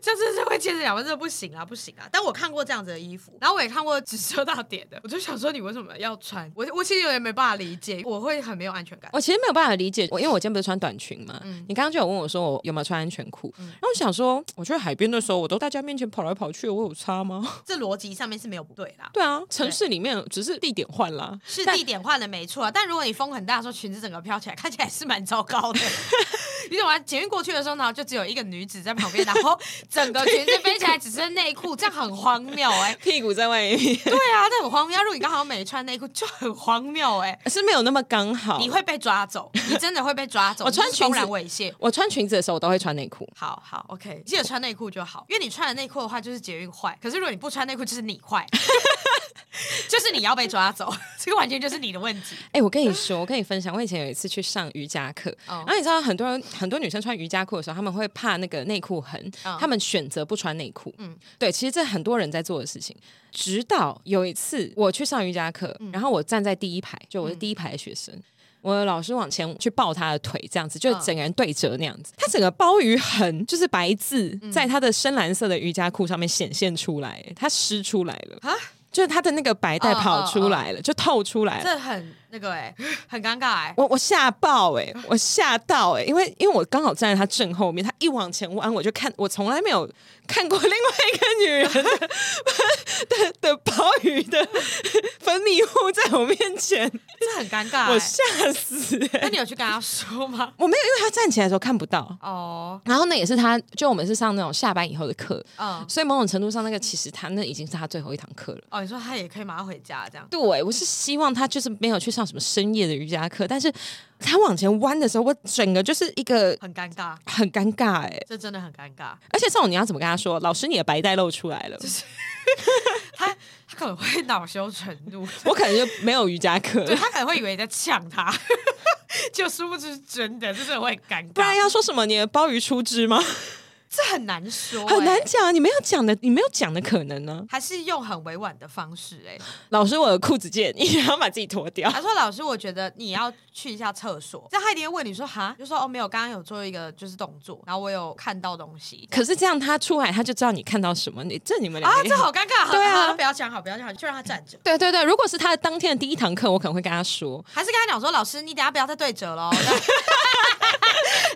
B: 这真是会切成两半，这不行啊，不行啊！但我看过这样子的衣服，然后我也看过只遮到点的，我就想说你为什么要穿？我我其实有点没办法理解，我会很没有安全感。
A: 我其实没有办法理解，我因为我今天不是穿短裙嘛，你刚刚就有问我说我有没有穿安全裤，然后我想说，我去海边的时候，我都大家面前跑来跑去，我有差 (laughs) 吗？
B: 这逻辑上面是没有不对啦，
A: 对啊，城市里面只是地点换啦，
B: 是
A: 但
B: 地点换了没错啊。但如果你风很大的时候，裙子整个飘起来，看起来是蛮糟
A: (laughs)
B: 糕的。你懂吗？捷运过去的时候，然后就只有一个女子在旁边，然后整个裙子飞起来，只剩内裤，这样很荒谬哎、
A: (laughs) 屁股在外面
B: 对啊，这很荒谬。如果你刚好没穿内裤，就很荒谬哎、
A: 是没有那么刚好。
B: 你会被抓走，你真的会
A: (laughs)
B: 被抓走。
A: 我穿
B: 你是公
A: 裙子
B: 然猥亵。
A: 我穿裙子的时候，我都会穿内裤。
B: 好好，OK，记得穿 (laughs) 内裤就好，因为你穿了内裤的话，就是捷运坏；可是如果你不穿内裤，就是你坏。就是你要被抓走， (laughs) 这个完全就是你的问题。
A: 哎、我跟你说，我跟你分享，我以前有一次去上瑜伽课，
B: 哦
A: 然后你知道很多人很多女生穿瑜伽裤的时候，她们会怕那个内裤痕，
B: 嗯
A: 她、们选择不穿内裤。嗯，对，其实这很多人在做的事情。直到有一次我去上瑜伽课，
B: 嗯
A: 然后我站在第一排，就我是第一排的学生。我的老师往前去抱她的腿，这样子，就
B: 嗯
A: 整个人对折那样子。她整个包鱼痕就是白字，
B: 嗯
A: 在她的深蓝色的瑜伽裤上面显现出来，她湿出来了
B: 啊
A: 就是她的那个白带
B: 嗯
A: 跑
B: 嗯
A: 出
B: 嗯
A: 来了，就透出来了。
B: 这很那个哎、很尴尬哎、
A: 我我吓爆哎、我吓到哎、因为因为我刚好站在他正后面，他一往前弯，我就看我从来没有看过另外一个女人的的的鲍鱼的分泌物在我面前，
B: 这很尴尬、
A: 我
B: 欸。
A: 吓死、
B: 那
A: 欸！
B: 你有去跟他说
A: (laughs)
B: 吗？
A: 我没有，因为他站起来的时候看不到。
B: 哦，
A: 然后呢，也是他，就我们是上那种下班以后的课，
B: 嗯，
A: 所以某种程度上，那个其实他那已经是他最后一堂课了。
B: 哦，你说他也可以马上回家这样。
A: 对，我是希望他就是没有去上什么深夜的瑜伽课，但是他往前弯的时候，我整个就是一个
B: 很尴尬，
A: 很尴尬哎、
B: 这真的很尴尬。
A: 而且这种你要怎么跟他说？老师，你的白带露出来了，
B: 他可能会恼羞成怒，
A: 我可能就没有瑜伽课
B: 对
A: 了。
B: 他可能会以为你在呛他， (laughs) 就殊不知是真的，这真的会很尴
A: 不然
B: 尬。
A: 要说什么你的鲍鱼出汁
B: (laughs)
A: 吗？
B: 这很难说、
A: 很难
B: 欸
A: 讲，啊你没有讲的，你没有讲的可能呢、
B: 还是用很委婉的方式、欸。 (laughs)
A: 老师，我的裤子借你，然后把自己脱掉。
B: 他说：“老师，我觉得你要去一下厕所。”这样他一定会问你说：“哈？”就说：“哦，没有，刚刚有做一个就是动作，然后我有看到东西。
A: 可是这样他出来，他就知道你看到什么。你这你们”两
B: 啊，
A: 个一定、
B: 这好尴尬！
A: 哎对啊
B: 好好不要讲好，不要讲好，就让他站着。
A: 对对对，如果是他的当天的第一堂课，我可能会跟他说，
B: 还是跟他讲说：“老师，你等一下不要再对折
A: (laughs)
B: 喽。”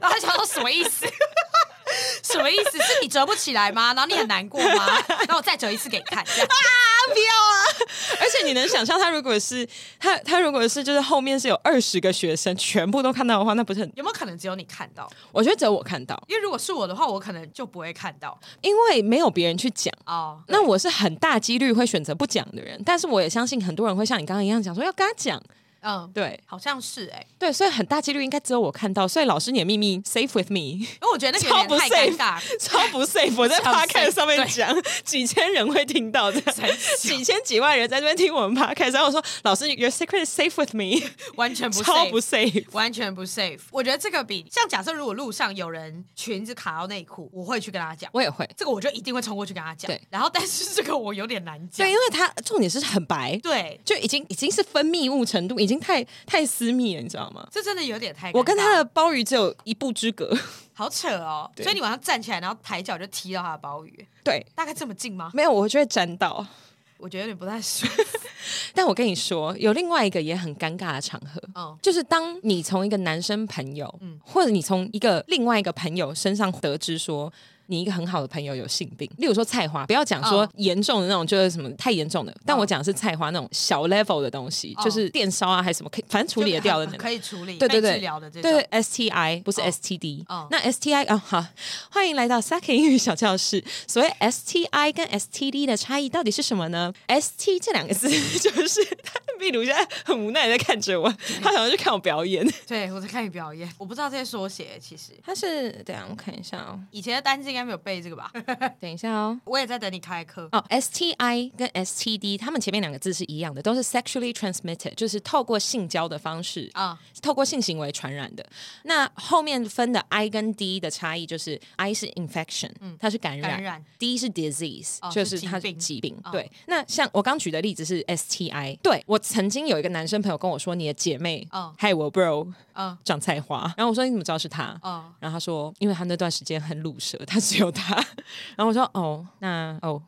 B: 然后他想说什么意思？ (laughs) 什么意思？是你折不起来吗？然后你很难过
A: (laughs)
B: 吗？然后我再折一次给你看。这样
A: 而且你能想象，他如果是他他如果是就是后面是有二十个学生全部都看到的话，那不是很？
B: 有没有可能只有你看到？
A: 我觉得只有我看到，
B: 因为如果是我的话，我可能就不会看到
A: 因为没有别人去讲。
B: 哦。
A: 那我是很大几率会选择不讲的人，但是我也相信很多人会像你刚刚一样讲说要跟他讲，
B: 嗯，
A: 对
B: 好像是哎、
A: 对，所以很大几率应该只有我看到，所以老师你的秘密 safe with me， (laughs)
B: 因为我觉得那个有点太尴尬，
A: 超不 safe，我在
B: 超不
A: podcast
B: safe，
A: 上面讲，几千人会听到这样，几千几万人在这边听我们 podcast，然后我说老师 your secret is safe with me，
B: 完全不
A: 超
B: safe
A: 不 safe，
B: 完全不 safe。我觉得这个比像假设如果路上有人裙子卡到内裤，我会去跟他讲，
A: 我也会，
B: 这个我就一定会冲过去跟他讲。
A: 对，
B: 然后但是这个我有点难讲
A: 对，因。为他重点是很白，
B: 对，
A: 就已经已经是分泌物程度，已经太太私密了，你知道吗？
B: 这真的有点太尴尬……
A: 我跟他的鲍鱼只有一步之隔， (laughs)
B: 好扯哦。
A: 对
B: 所以你晚上站起来，然后抬脚就踢到他的包鱼，
A: 对，
B: 大概这么近吗？
A: 没有我就会沾到。
B: 我觉得有点不
A: (laughs)
B: 太舒服。
A: 但我跟你说，有另外一个也很尴尬的场合，
B: 嗯
A: 就是当你从一个男生朋友，
B: 嗯
A: 或者你从一个另外一个朋友身上得知说。你一个很好的朋友有性病，例如说菜花，不要讲说
B: 嗯
A: 严重的那种，就是什么太严重的，但我讲的是菜花那种小 level 的东西，
B: 嗯
A: 就是电烧啊还是什么，可以反正处理得掉的
B: 就
A: 那
B: 很
A: 种。
B: 可以处理，
A: 对对
B: 被
A: 对，
B: 治疗的这种。
A: 对 STI 不是
B: 哦
A: STD。
B: 哦
A: 那 STI 啊，好，欢迎来到 Saki 英语小教室。所谓 STI 跟 STD 的差异到底是什么呢？ST 这两个字 (laughs) 就是，秘鲁现在很无奈的看着我，他想要去看我表演。
B: 对，我在看你表演，我不知道这些缩写。其实
A: 他是等一下我看一下哦，
B: 以前的单字应该没有背这个吧？ (laughs)
A: 等一下哦。
B: 我也在等你开课。
A: 哦，STI 跟 STD，他们前面两个字是一样的，都是 sexually transmitted，就是透过性交的方式
B: 啊
A: 透过性行为传染的。那后面分的 I 跟 D 的差异就是 I 是 infection，、它是感染
B: 嗯感染
A: d 是 disease，、
B: 哦
A: 就是是
B: 疾
A: 它是
B: 病哦
A: 疾病。对，那像我刚举的例子是 STI，对我曾经有一个男生朋友跟我说，你的姐妹，
B: 哦
A: 嗨，我 bro，
B: 嗯
A: 长菜花。然后我说你怎么知道是他？
B: 哦
A: 然后他说，因为他那段时间很卤舌，他只有他。 (laughs) 然后我说哦，那哦，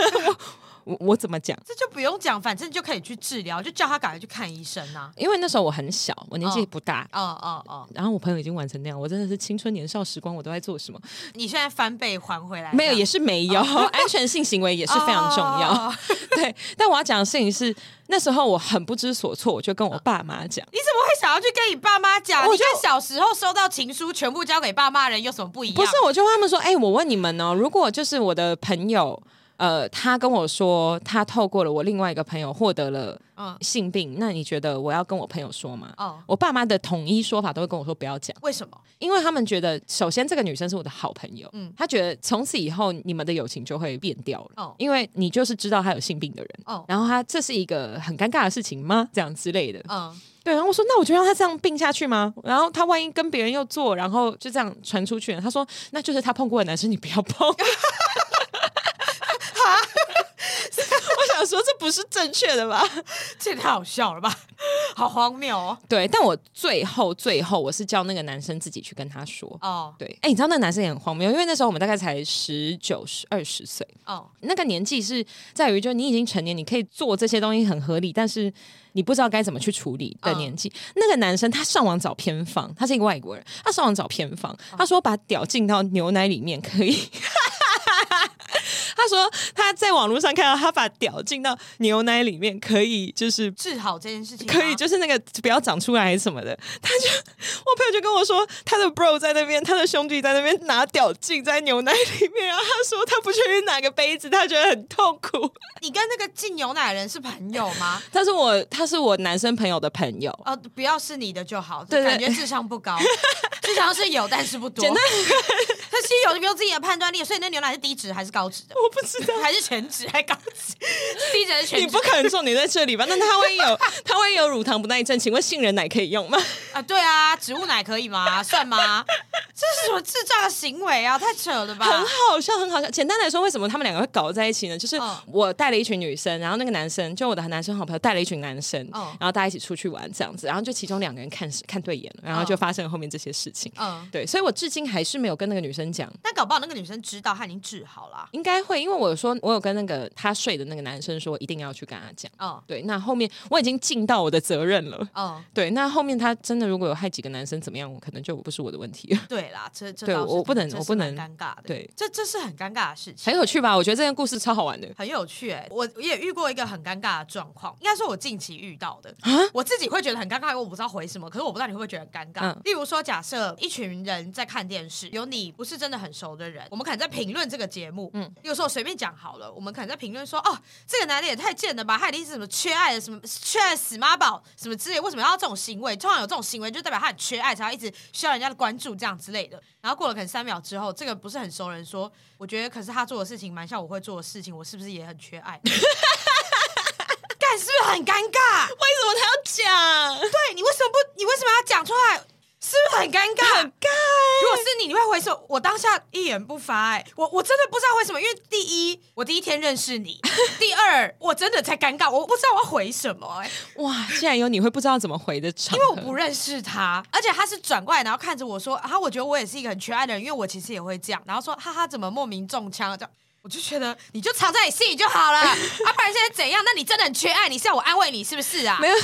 A: (laughs) 我我我怎么讲？
B: 这就不用讲，反正就可以去治疗，就叫他赶快去看医生呐、
A: 因为那时候我很小，我年纪不大。
B: 啊。哦哦哦，
A: 然后我朋友已经完成那样，我真的是青春年少时光，我都在做什么？
B: 你现在翻倍还回来？
A: 没有，
B: 这样
A: 也是没有。 (laughs) 安全性行为也是非常重要。
B: 哦
A: 对，但我要讲的事情是，那时候我很不知所措，我就跟我爸妈讲。
B: 你怎么会想要去跟你爸妈讲？
A: 我
B: 你
A: 就
B: 跟小时候收到情书全部交给爸妈的人有什么不一样？
A: 不是，我就问他们说，哎、我问你们哦，如果就是我的朋友。呃，他跟我说他透过了我另外一个朋友获得了
B: 嗯
A: 性病，那你觉得我要跟我朋友说吗？
B: 哦，
A: 我爸妈的统一说法都会跟我说不要讲，
B: 为什么？
A: 因为他们觉得首先这个女生是我的好朋友，
B: 嗯
A: 嗯，他觉得从此以后你们的友情就会变掉了，
B: 哦
A: 因为你就是知道她有性病的人，
B: 哦，
A: 然后她这是一个很尴尬的事情吗？这样之类的，
B: 嗯，
A: 对，然后我说那我就让他这样病下去吗？然后他万一跟别人又做，然后就这样传出去了，他说那就是他碰过的男生，你不要碰。 (laughs) 我想说这不是正确的吧？
B: 这也太好笑了吧，好荒谬哦。
A: (laughs) 对，但我最后最后我是叫那个男生自己去跟他说。
B: 哦
A: 对，哎、你知道那个男生也很荒谬，因为那时候我们大概才十九、十二十岁，
B: 哦，
A: 那个年纪是在于，就是你已经成年，你可以做这些东西很合理，但是你不知道该怎么去处理的年纪。那个男生他上网找偏方，他是一个外国人，他上网找偏方，他说把屌浸到牛奶里面可以。 (laughs) 他说他在网络上看到他把屌浸到牛奶里面可以，就是
B: 治好这件事情吗
A: 可以，就是那个不要长出来还是什么的。他就 (laughs) 我朋友就跟我说，他的 bro 在那边，他的兄弟在那边拿屌浸在牛奶里面，然后他说他不确定哪个杯子，他觉得很痛苦。
B: 你跟那个进牛奶的人是朋友吗？
A: 他是我，他是我男生朋友的朋友。
B: 呃，不要是你的就好，
A: 对对
B: 感觉智商
A: (laughs)
B: 不高，智商是有，但是不多。
A: 简单，
B: (laughs) 他是有有自己的判断力，所以那牛奶是低脂还是高脂的？
A: 我不知道。
B: 还是全脂还高脂？是低脂还是
A: 啊你
B: 全脂
A: 不？可能说你在这里吧？那他万一有 (laughs) 他万一有乳糖不耐症，请问杏仁奶可以用吗？
B: 啊，对啊，植物奶可以吗？算吗？这是什么智障的行为啊！太扯了吧！
A: 很好笑，很好笑。简单来说，为什么他们两个会搞在一起呢？就是
B: 嗯
A: 我带了一群女生，然后那个男生就我的男生好朋友带了一群男生，
B: 嗯
A: 然后大家一起出去玩这样子，然后就其中两个人看看对眼了，然后就发生了后面这些事情。
B: 嗯，
A: 对，所以我至今还是没有跟那个女生讲。
B: 但搞不好那个女生知道，她已经治好了。
A: 应该会，因为我有说，我有跟那个他睡的那个男生说，一定要去跟他讲。
B: 嗯
A: 对，那后面我已经尽到我的责任了。
B: 嗯，
A: 对，那后面他真的如果有害几个男生怎么样，我可能就不是我的问题 (laughs) 了。
B: 对啦，这这
A: 对
B: 倒是
A: 我不能
B: 这是
A: 我不能
B: 蛮尴尬的。
A: 对，
B: 这这是很尴尬的事情。
A: 很有趣吧？我觉得这个故事超好玩的。
B: 很有趣、欸，我也遇过一个很尴尬的状况，应该说我近期遇到的，我自己会觉得很尴尬，因为我不知道回什么，可是我不知道你会不会觉得很尴尬。
A: 嗯
B: 例如说，假设一群人在看电视，有你不是真的很熟的人，我们可能在评论这个节目，嗯，例如说我随便讲好了，我们可能在评论说，哦，这个男的也太贱了吧，他一定是什么缺爱的，什么缺爱死妈宝什么之类，为什么要这种行为？通常有这种行为就代表他很缺爱，才要一直需要人家的关注这样之类的。然后过了可能三秒之后，这个不是很熟人说，我觉得可是他做的事情蛮像我会做的事情，我是不是也很缺
A: (laughs)
B: 爱？干是不是很尴尬？
A: 为什么他要讲？
B: 对你为什么不？你为什么要讲出来？是不是很尴尬？很尬、欸如果是你，你会回首我当下一言不发、哎，我我真的不知道为什么，因为第一，我第一天认识 (laughs) 你；第二，我真的才尴尬，我不知道我要回什么、哎，
A: 哇，竟然有你会不知道怎么回的场
B: 因为我
A: 合，
B: 不认识他，而且他是转过来，然后看着我说：“啊，我觉得我也是一个很缺爱的人，因为我其实也会这样。”然后说：“哈哈，怎么莫名中枪？”这样。我就觉得你就藏在你心里就好了，
A: (laughs)
B: 啊，不然现在怎样？那你真的很缺爱，你是要我安慰你是不是啊？
A: 没有，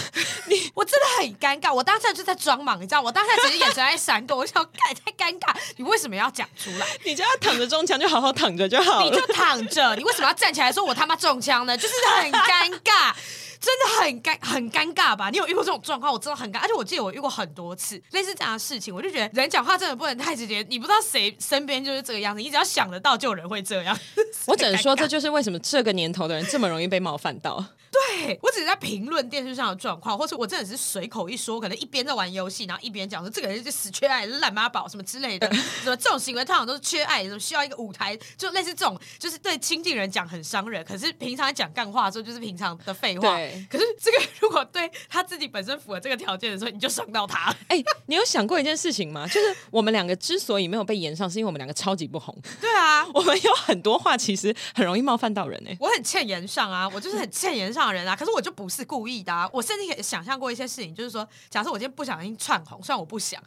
B: 我真的很尴尬，我当下就在装忙，你知道，我当下只是眼神在闪躲，我想，太太尴尬，你为什么要讲出来？
A: (laughs) 你就要躺着中枪，就好好躺着就好
B: 你
A: 了。
B: 就躺着，你为什么要站起来说我他妈中枪呢？就是很尴尬，真的很尴很尴尬吧？你有遇过这种状况？我真的很尴尬，而且我记得我遇过很多次类似这样的事情，我就觉得人讲话真的不能太直接，你不知道谁身边就是这个样子，你只要想得到就有人会这样。
A: 我只能说，这就是为什么这个年头的人这么容易被冒犯到。 (laughs)
B: 对我只是在评论电视上的状况，或是我真的只是随口一说，可能一边在玩游戏，然后一边讲说这个人就死缺爱、烂妈宝什么之类的， (laughs) 什么这种行为通常都是缺爱，什么需要一个舞台，就类似这种，就是对亲近人讲很伤人，可是平常讲干话的时候就是平常的废话
A: 对。
B: 可是这个 (laughs) 如果对他自己本身符合这个条件的时候，你就伤到他了。
A: 哎、你有想过一件事情吗？就是我们两个之所以没有被延上，是因为我们两个超级不 (laughs) 红。
B: 对啊，
A: 我们有很多话其实很容易冒犯到人哎、
B: 我很欠言上啊，我就是很欠言上的人啊。可是我就不是故意的啊，我甚至也想象过一些事情，就是说，假设我今天不小心串红，虽然我不想，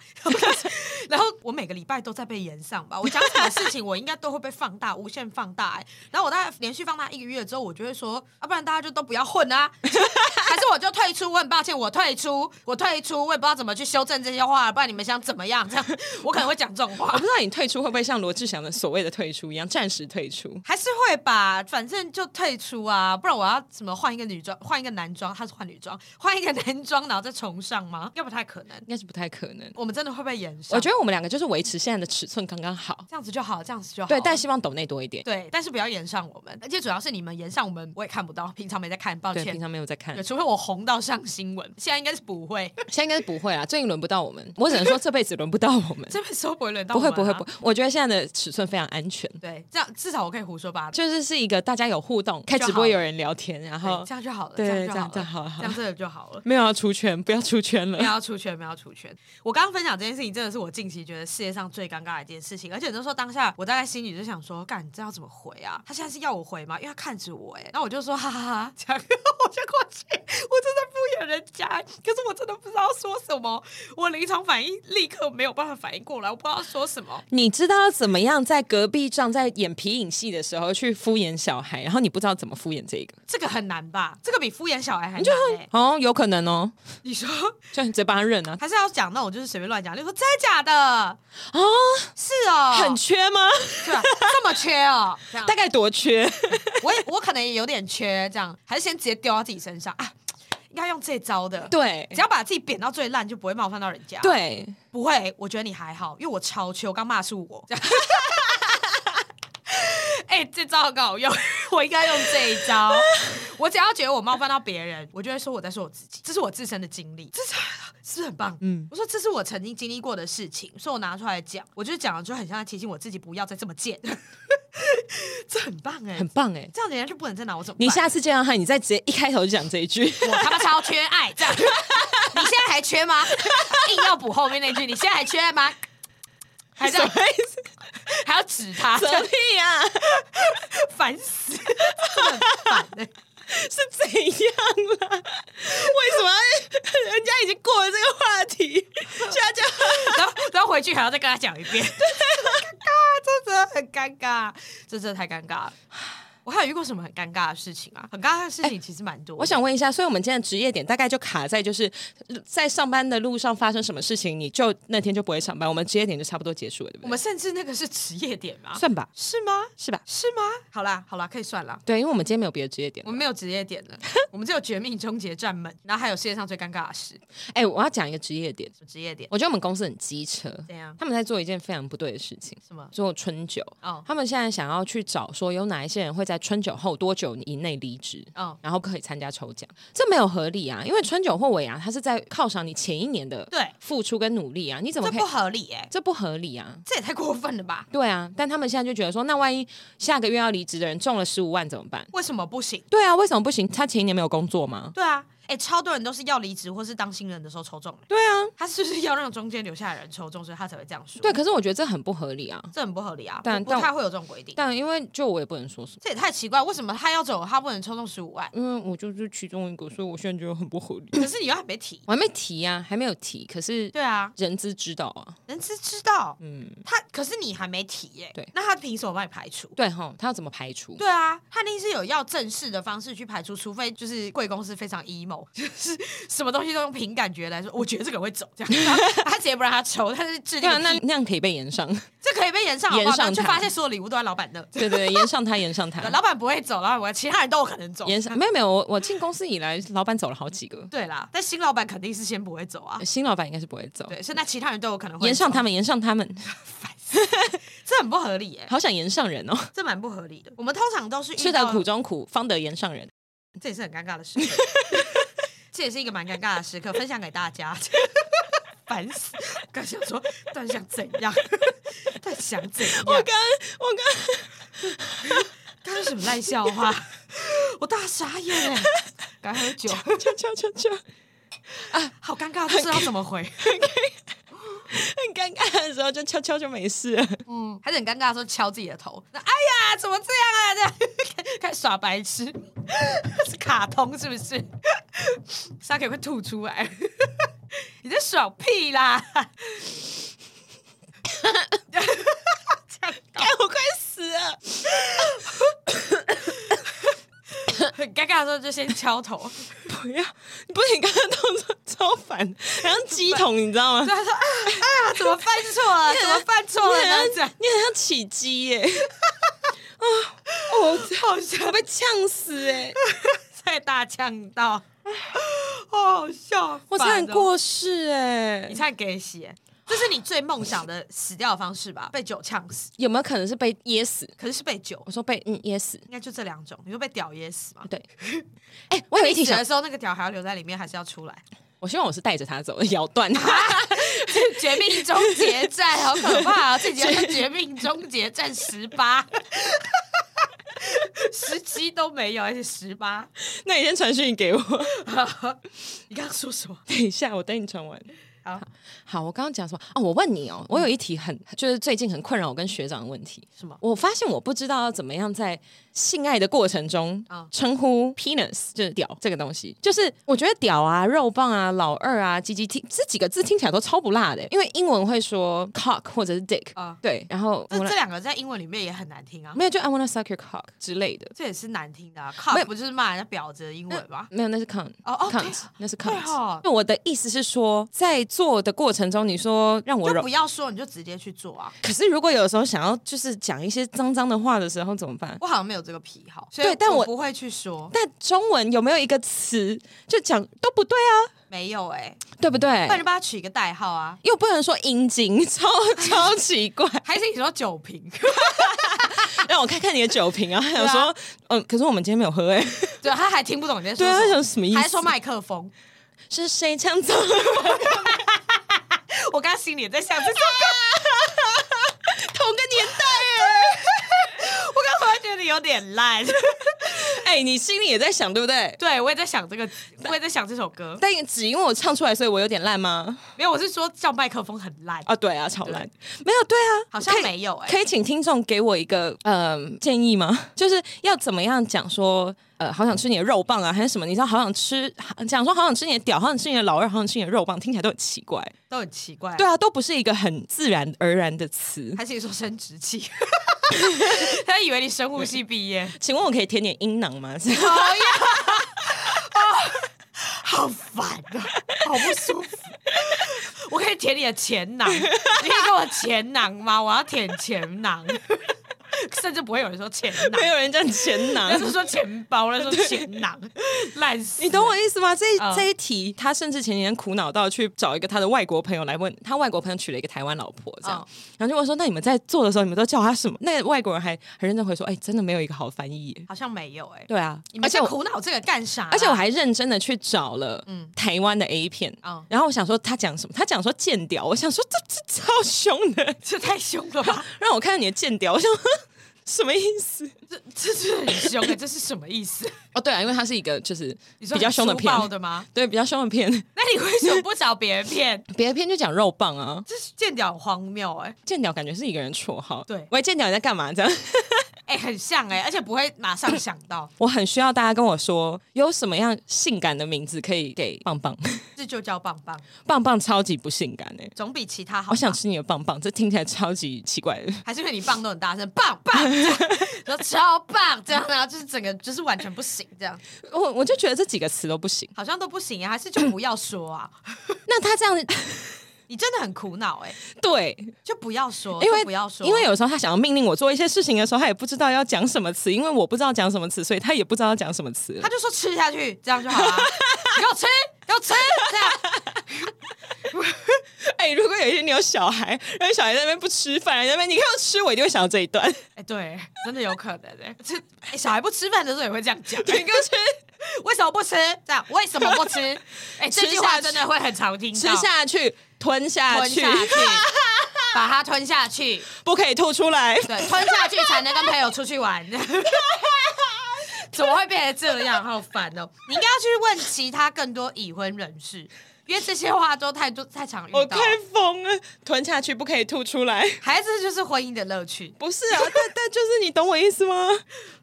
B: 然后我每个礼拜都在被言上吧，我讲什么事情我应该都会被放大，无限放大、欸。然后我大概连续放大一个月之后，我就会说，要、不然大家就都不要混啊， (laughs) 还是我就退出？我很抱歉，我退出，我退出，我也不知道怎么去修正这些话了，不然你们想怎么样？这样我可能会讲这种话
A: 我不。知道你退出会不会像罗志祥的所谓的退出一样，暂时退出。
B: 还是会吧，反正就退出啊，不然我要怎么换一个女装，换一个男装？他是换女 (laughs) 装，换一个男装，然后再重上吗？要不太可能，
A: 应该是不太可能。
B: 我们真的会被延上。
A: 我觉得我们两个就是维持现在的尺寸刚刚好。
B: 这样子就好，这样子就好。
A: 对，但希望抖内多一点。
B: 对，但是不要延上我们，而且主要是你们延上我们，我也看不到，平常没在看，抱
A: 对，
B: 歉
A: 平。常没有在看
B: 对，，除非我红到上
A: (laughs)
B: 新闻，现在应该是不会，，
A: 现在应该是不会啦，啊最近轮不到我们，我只能说这辈子 (laughs) 轮不到我们
B: 这边说不会轮到
A: 不
B: 我们
A: 会
B: 啊、
A: 不会不会，我觉得现在的尺寸非常安全，
B: 对，这样至少我可以胡说八道，
A: 就是是一个大家有互动，开直
B: 就好
A: 播有人聊天，然
B: 对
A: 后
B: 这样就好了，
A: 对
B: 就
A: 这样这样好
B: 好了，
A: 了
B: 这样这个就好了。
A: 没有要啊出圈，不要出圈
B: 不
A: 了。
B: 要出圈，不要出圈。我刚刚分享这件事情，真的是我近期觉得世界上最尴尬的一件事情。而且那时候当下，我大概心里就想说，干，这要怎么回啊？他现在是要我回吗？因为他看着我、欸，哎，然后我就说，哈哈哈，这样 (laughs) 我就过去，我真的敷衍人家，可是我真的不知道说什么，我临场反应立刻没有办法反应过来，我不知道说什么。
A: 你知道怎么样在隔壁站在演皮影戏的时候去敷衍小孩，然后你不知道怎么敷衍这个，
B: 这个很难吧？这个比敷衍小孩还难、欸。
A: 哦，有可能哦，
B: 你说
A: 就你直接帮他认啊，
B: 还是要讲那种就是随便乱讲，例如说真的假的，
A: 哦，
B: 是哦，
A: 很缺吗？
B: 对啊这么缺哦，这样
A: 大概多缺？
B: 我也我可能也有点缺，这样还是先直接丢到自己身上啊，应该用这招的。，
A: 对
B: 只要把自己贬到最烂，就不会冒犯到人家。，
A: 对，
B: 不会，我觉得你还好，因为我超缺，我刚骂
A: (laughs)
B: 是我。这样哎、这招很好用，我应该用这一招。我只要觉得我冒犯到别人，我就会说我在说我自己，这是我自身的经历，这是是不是很棒？嗯
A: 嗯，
B: 我说这是我曾经经历过的事情，所以我拿出来讲，我就是讲了就很像在提醒我自己不要再这么贱， (laughs) 这很棒哎、
A: 很棒哎。
B: 这样人家就不能再拿我怎么办？
A: 你下次见到他，你再直接一开头就讲这一句，
B: 我他妈超缺爱，
A: (laughs)
B: 这样你现在还缺吗？硬要补后面那句，你现在还缺爱吗？还在
A: 什么意思？
B: 还要指他，
A: 什么啊屁呀、
B: 烦死，真的很烦欸
A: 是怎样啦？为什么要人家已经过了这个话题，现在就
B: 然后然后回去还要再跟他讲一遍，对，很尴尬，这真的很尴尬，这真的太尴尬了。我还有遇过什么很尴尬的事情啊？很尴尬的事情其实蛮多的、
A: 我想问一下，所以我们今天的职业点大概就卡在就是在上班的路上发生什么事情，你就那天就不会上班，我们职业点就差不多结束了，对不
B: 我
A: 对？
B: 们甚至那个是职业点吗？
A: 算吧，
B: 是吗？
A: 是吧？
B: 是吗？好啦，好啦，可以算啦。
A: 对，因为我们今天没有别的职业点
B: 我。们没有职业点了，我们只有《绝命终结战》门，然后还有世界上最尴尬的事，
A: 哎、我要讲一个职业点，
B: 什么职业点？
A: 我觉得我们公司很机车，
B: 怎样？
A: 他们在做一件非常不对的事情。
B: 什么？
A: 做春酒，
B: 哦
A: 他们现在想要去找说有哪一些人会在春酒后多久以内离职，
B: 哦，
A: 然后可以参加抽奖，这没有合理啊！因为春酒或尾牙，它是在犒赏你前一年的
B: 对
A: 付出跟努力啊，你怎么可
B: 这
A: 以
B: 不合理哎、
A: 这不合理啊？
B: 这也太过分了吧？
A: 对啊，但他们现在就觉得说，那万一下个月要离职的人中了十五万怎么办？
B: 为什么不行？
A: 对啊，为什么不行？他前一年没有工作吗？
B: 对啊，哎、超多人都是要离职或是当新人的时候抽中、欸
A: 对啊，
B: 他是不是要让中间留下的人抽中，所以他才会这样说？
A: 对，，可是我觉得这很不合理啊。
B: 这很不合理啊，
A: 但
B: 不不
A: 但
B: 太会有这种规定。
A: 但因为就我也不能说什么，
B: 这也太奇怪，为什么他要走，他不能抽中十五万？
A: 因为我就是其中一个，所以我现在觉得很不合理。
B: 可是你又还没提。
A: 我还没提啊，还没有提，可是
B: 对啊，
A: 人资知道啊。
B: 人知知道，
A: 嗯，
B: 他可是你还没提耶、
A: 对
B: 那他凭什么把你排除？
A: 对哈，他要怎么排除？
B: 对啊，他一定是有要正式的方式去排除，除非就是贵公司非常 emo，就是 (laughs) 什么东西都用凭感觉来说，我觉得这个人会走这样，
A: (laughs)
B: 然后他直接不让他抽，但是制
A: 对
B: 定
A: 啊，
B: 个
A: 那
B: 屁，
A: 那样可以被延上，
B: 这可以被延上好不好，
A: 延上
B: 就
A: 他
B: 发现所有礼物都在老板那，
A: (laughs) 对对，对延上他，延上 (laughs) 他，
B: 老板不会走，老板不会，其他人都有可能走。
A: 延上没有没有，我我进公司以来，老板走了好几 (laughs) 个，
B: 对啦，但新老板肯定是先不会走啊，
A: 新老板应该是不会走，
B: 对，所以那其他人都有可能会
A: 延上
B: 走
A: 他，们，延上他们，
B: 这很不合理耶、
A: 好想延上 (laughs) 人哦，
B: 这蛮不合理的。我们通常都是遇
A: 吃
B: 到
A: 得苦中苦，方得延上人。
B: 这也是很尴尬的时刻， (laughs) 这也是一个蛮尴尬的时刻，分享给大家。 (laughs) 烦死！刚想说，到底想怎样？ (laughs) 到底想怎样？
A: 刚我刚
B: 刚刚什么烂笑话？我大傻眼哎！赶快喝 (laughs) 酒，啊
A: 就就就就很
B: 好尴尬，不知道怎么回。
A: 尴尬的时候，就悄悄就没事了。
B: (laughs) 嗯，还是很尴尬，说敲自己的头。那哎呀，怎么这样啊？这样开始耍白痴， (laughs) 是卡通是不是？沙可会吐出来， (laughs) 你在耍屁啦！ (laughs) 呛到
A: 哎，我快死了！
B: 很尴尬的时候就先敲头，
A: 不要，不是你刚刚动作超烦，然后鸡桶，你知道吗？
B: 对他说啊啊，怎么犯错 (laughs) 了？怎么犯错了？
A: 你
B: 然后
A: 很
B: 这样
A: 像，你很像起鸡耶！啊，我
B: 好笑
A: (laughs) 我被呛死哎！
B: 被大呛 (laughs) 到，好好笑，哦
A: 我差点，过世哎
B: 你！差点给血，这是你最梦想的死掉的方式吧？ (laughs) 被酒呛死，
A: 有没有可能是被噎死？
B: 可是是被酒，
A: 我说被嗯噎死，
B: 应该就这两种。你说被屌噎死吗？
A: 对。哎、我有一题
B: 你死
A: 想
B: 的，时候那个屌还要留在里面，还是要出来？ (laughs)
C: 我希望我是带着他走，咬断他。
B: 绝命终结战，好可怕啊！这集是 (laughs) 绝命终结战十 (laughs) 八。十七都没有，而且十八。
C: 那你先传讯给我，
B: 你刚刚说什么？
A: (laughs)
C: 等一下我等你传完。
B: 好，嗯
A: 好，我刚刚讲什么？哦，我问你哦，我有一题很就是最近很困扰我跟学长的问题。
B: 什么
A: 我发现我不知道要怎么样在性爱的过程中
B: 啊
A: 称呼 penis 就是屌这个东西，就是我觉得屌啊、肉棒啊、老二啊、鸡鸡听这几个字听起来都超不辣的，欸因为英文会说 cock 或者是 dick，、
B: 啊
A: 对，然后
B: 这
A: 我
B: 这两个在英文里面也很难听啊，
A: 没有就 I wanna suck your cock 之类的，
B: 这也是难听的、啊。靠
A: 没，有
B: 不就是骂人家婊子的英文吗？
A: 没有那是 cunt
B: 哦哦对
A: cunt 那是 cunt，、
B: 对哦
A: 那我的意思是说，在做的过程中，你说让我
B: 就
A: 揉
B: 不要说，你就直接去做啊。
A: 可是如果有时候想要就是讲一些脏脏的话的时候怎么办？
B: 我好像没有这个癖好，所以
A: 对但
B: 我
A: 我
B: 不会去说，
A: 但中文有没有一个词就讲都不对啊，
B: 没有哎、
A: 对不对
B: 不？然就帮他取一个代号啊。
A: 又不能说阴茎， (laughs) 超超奇怪。
B: 还是你说酒瓶？ (laughs)
A: 让我看看你的酒瓶啊，还
B: 啊
A: 想说，嗯，可是我们今天没有喝哎、欸，
B: 对，他还听不懂你在说
A: (laughs) 对啊，
B: 什么
A: 想，什么意
B: 还说
A: 思？
B: 麦克风。 (laughs)
A: 是谁抢走？ (laughs)
B: 我刚刚心里也在想这首歌，
A: 同个年代
B: 我刚刚突然觉得有点烂。 (laughs)
A: 哎、你心里也在想对不对？
B: 对，我也在想这个，我也在想这首歌。
A: 但只因为我唱出来，所以我有点烂吗？
B: 没有，我是说叫麦克风很烂，
A: 啊，对啊，超烂，没有对啊，
B: 好像
A: 可以
B: 没有哎、
A: 可以请听众给我一个呃建议吗？ (laughs) 就是要怎么样讲说呃，好想吃你的肉棒啊，还是什么？你知道，好想吃， (laughs) 讲说好想吃你的屌，好想吃你的老二，好想吃你的肉棒，听起来都很奇怪。
B: 都很奇怪。
A: 对啊，都不是一个很自然而然的词。
B: 还是你说生殖器？ (laughs) 他以为你生物系毕业，
A: 请问我可以舔点阴囊 (laughs) 吗？是
B: 讨厌，好烦啊，好不舒服。我可以舔你的前囊，你可以给我前囊吗？我要舔前囊， (laughs) 甚至不会有人说前囊
A: 没，有人叫前
B: 那
A: 囊。
B: 是说钱包，那是说前囊，烂
A: (laughs)
B: 死。
A: 你懂我意思吗？这一、
B: 嗯
A: 这一题，他甚至前几天苦恼到去找一个他的外国朋友来问，他外国朋友娶了一个台湾老婆，这样，
B: 嗯
A: 然后就问说：“那你们在做的时候，你们都叫他什么？”那个外国人还很认真回说：“哎、真的没有一个好翻译耶。
B: 好像没有哎、”
A: 对啊，
B: 你
A: 而
B: 们
A: 且
B: 在
A: 我
B: 苦恼这个干啥、啊
A: 而且我还认真的去找了
B: 嗯
A: 台湾的 A 片，
B: 嗯
A: 然后我想说他讲什么，他讲说剑屌，我想说这这超凶的， (laughs)
B: 这太凶了吧？
A: 让我看看你的剑屌，我想呵什么意思？
B: 这这是很凶哎、这是什么意思？
A: 哦，对啊，因为它是一个就是
B: 你说
A: 比较凶的
B: 很粗
A: 片，
B: 暴的吗？
A: 对，比较凶的片，
B: 那你为什么不找别人骗？
A: 别的片就讲肉棒啊，
B: 这是见屌荒谬哎、
A: 剑屌感觉是一个人绰号，
B: 对
A: 喂，剑屌你在干嘛？这样， (laughs)
B: 哎、很像哎、而且不会马上想到，
A: 我很需要大家跟我说有什么样性感的名字可以给棒 (laughs) 棒，
B: 这就叫棒棒，
A: 棒棒超级不性感哎、
B: 总比其他好吧。
A: 我想吃你的棒棒，这听起来超级奇怪的。
B: 还是因为你棒都很大声，棒棒，这
A: (laughs)
B: 样然后超棒，这样然后就是整个就是完全不行，这样
A: 我我就觉得这几个词都不行。
B: 好像都不行啊，还是就不要说啊。
A: 那他这样
B: 你真的很苦恼哎、 (laughs)
A: 对，
B: 就不要说，
A: 因为
B: 就不要说，
A: 因为有时候他想要命令我做一些事情的时候，他也不知道要讲什么词，因为我不知道讲什么词，所以他也不知道要讲什么词
B: 他。就说吃下去，这样就好了、你给我吃，给我吃，这样
A: 哎、如果有一天你有小孩，然后小孩在那边不吃饭，在那边你看到吃，我一定会想到这一段。
B: (laughs) 哎、对，真的有可能哎、这、哎小孩不吃饭的时候也会这样讲，
A: 你给我
B: (laughs)
A: 吃，
B: 为什么不吃？这样为什么不吃？哎、这
A: 吃
B: 句话
A: 下
B: 真
A: 去
B: 的会很常听到，
A: 吃下去，吞下
B: 吞
A: 去，
B: 下去， (laughs) 把它吞下去，
A: 不可以吐出来。
B: 对，吞下去才能跟朋友出
A: (laughs)
B: 去玩。怎么会变成这样？好烦哦！你应该要去问其他更多已婚人士，因为这些话都太多太常遇
A: 我
B: 到
A: 快。疯了，吞下去不可以吐出来。
B: 孩子就是婚姻的乐趣。
A: 不是
B: (laughs)
A: 啊，但但就是你懂我意思吗？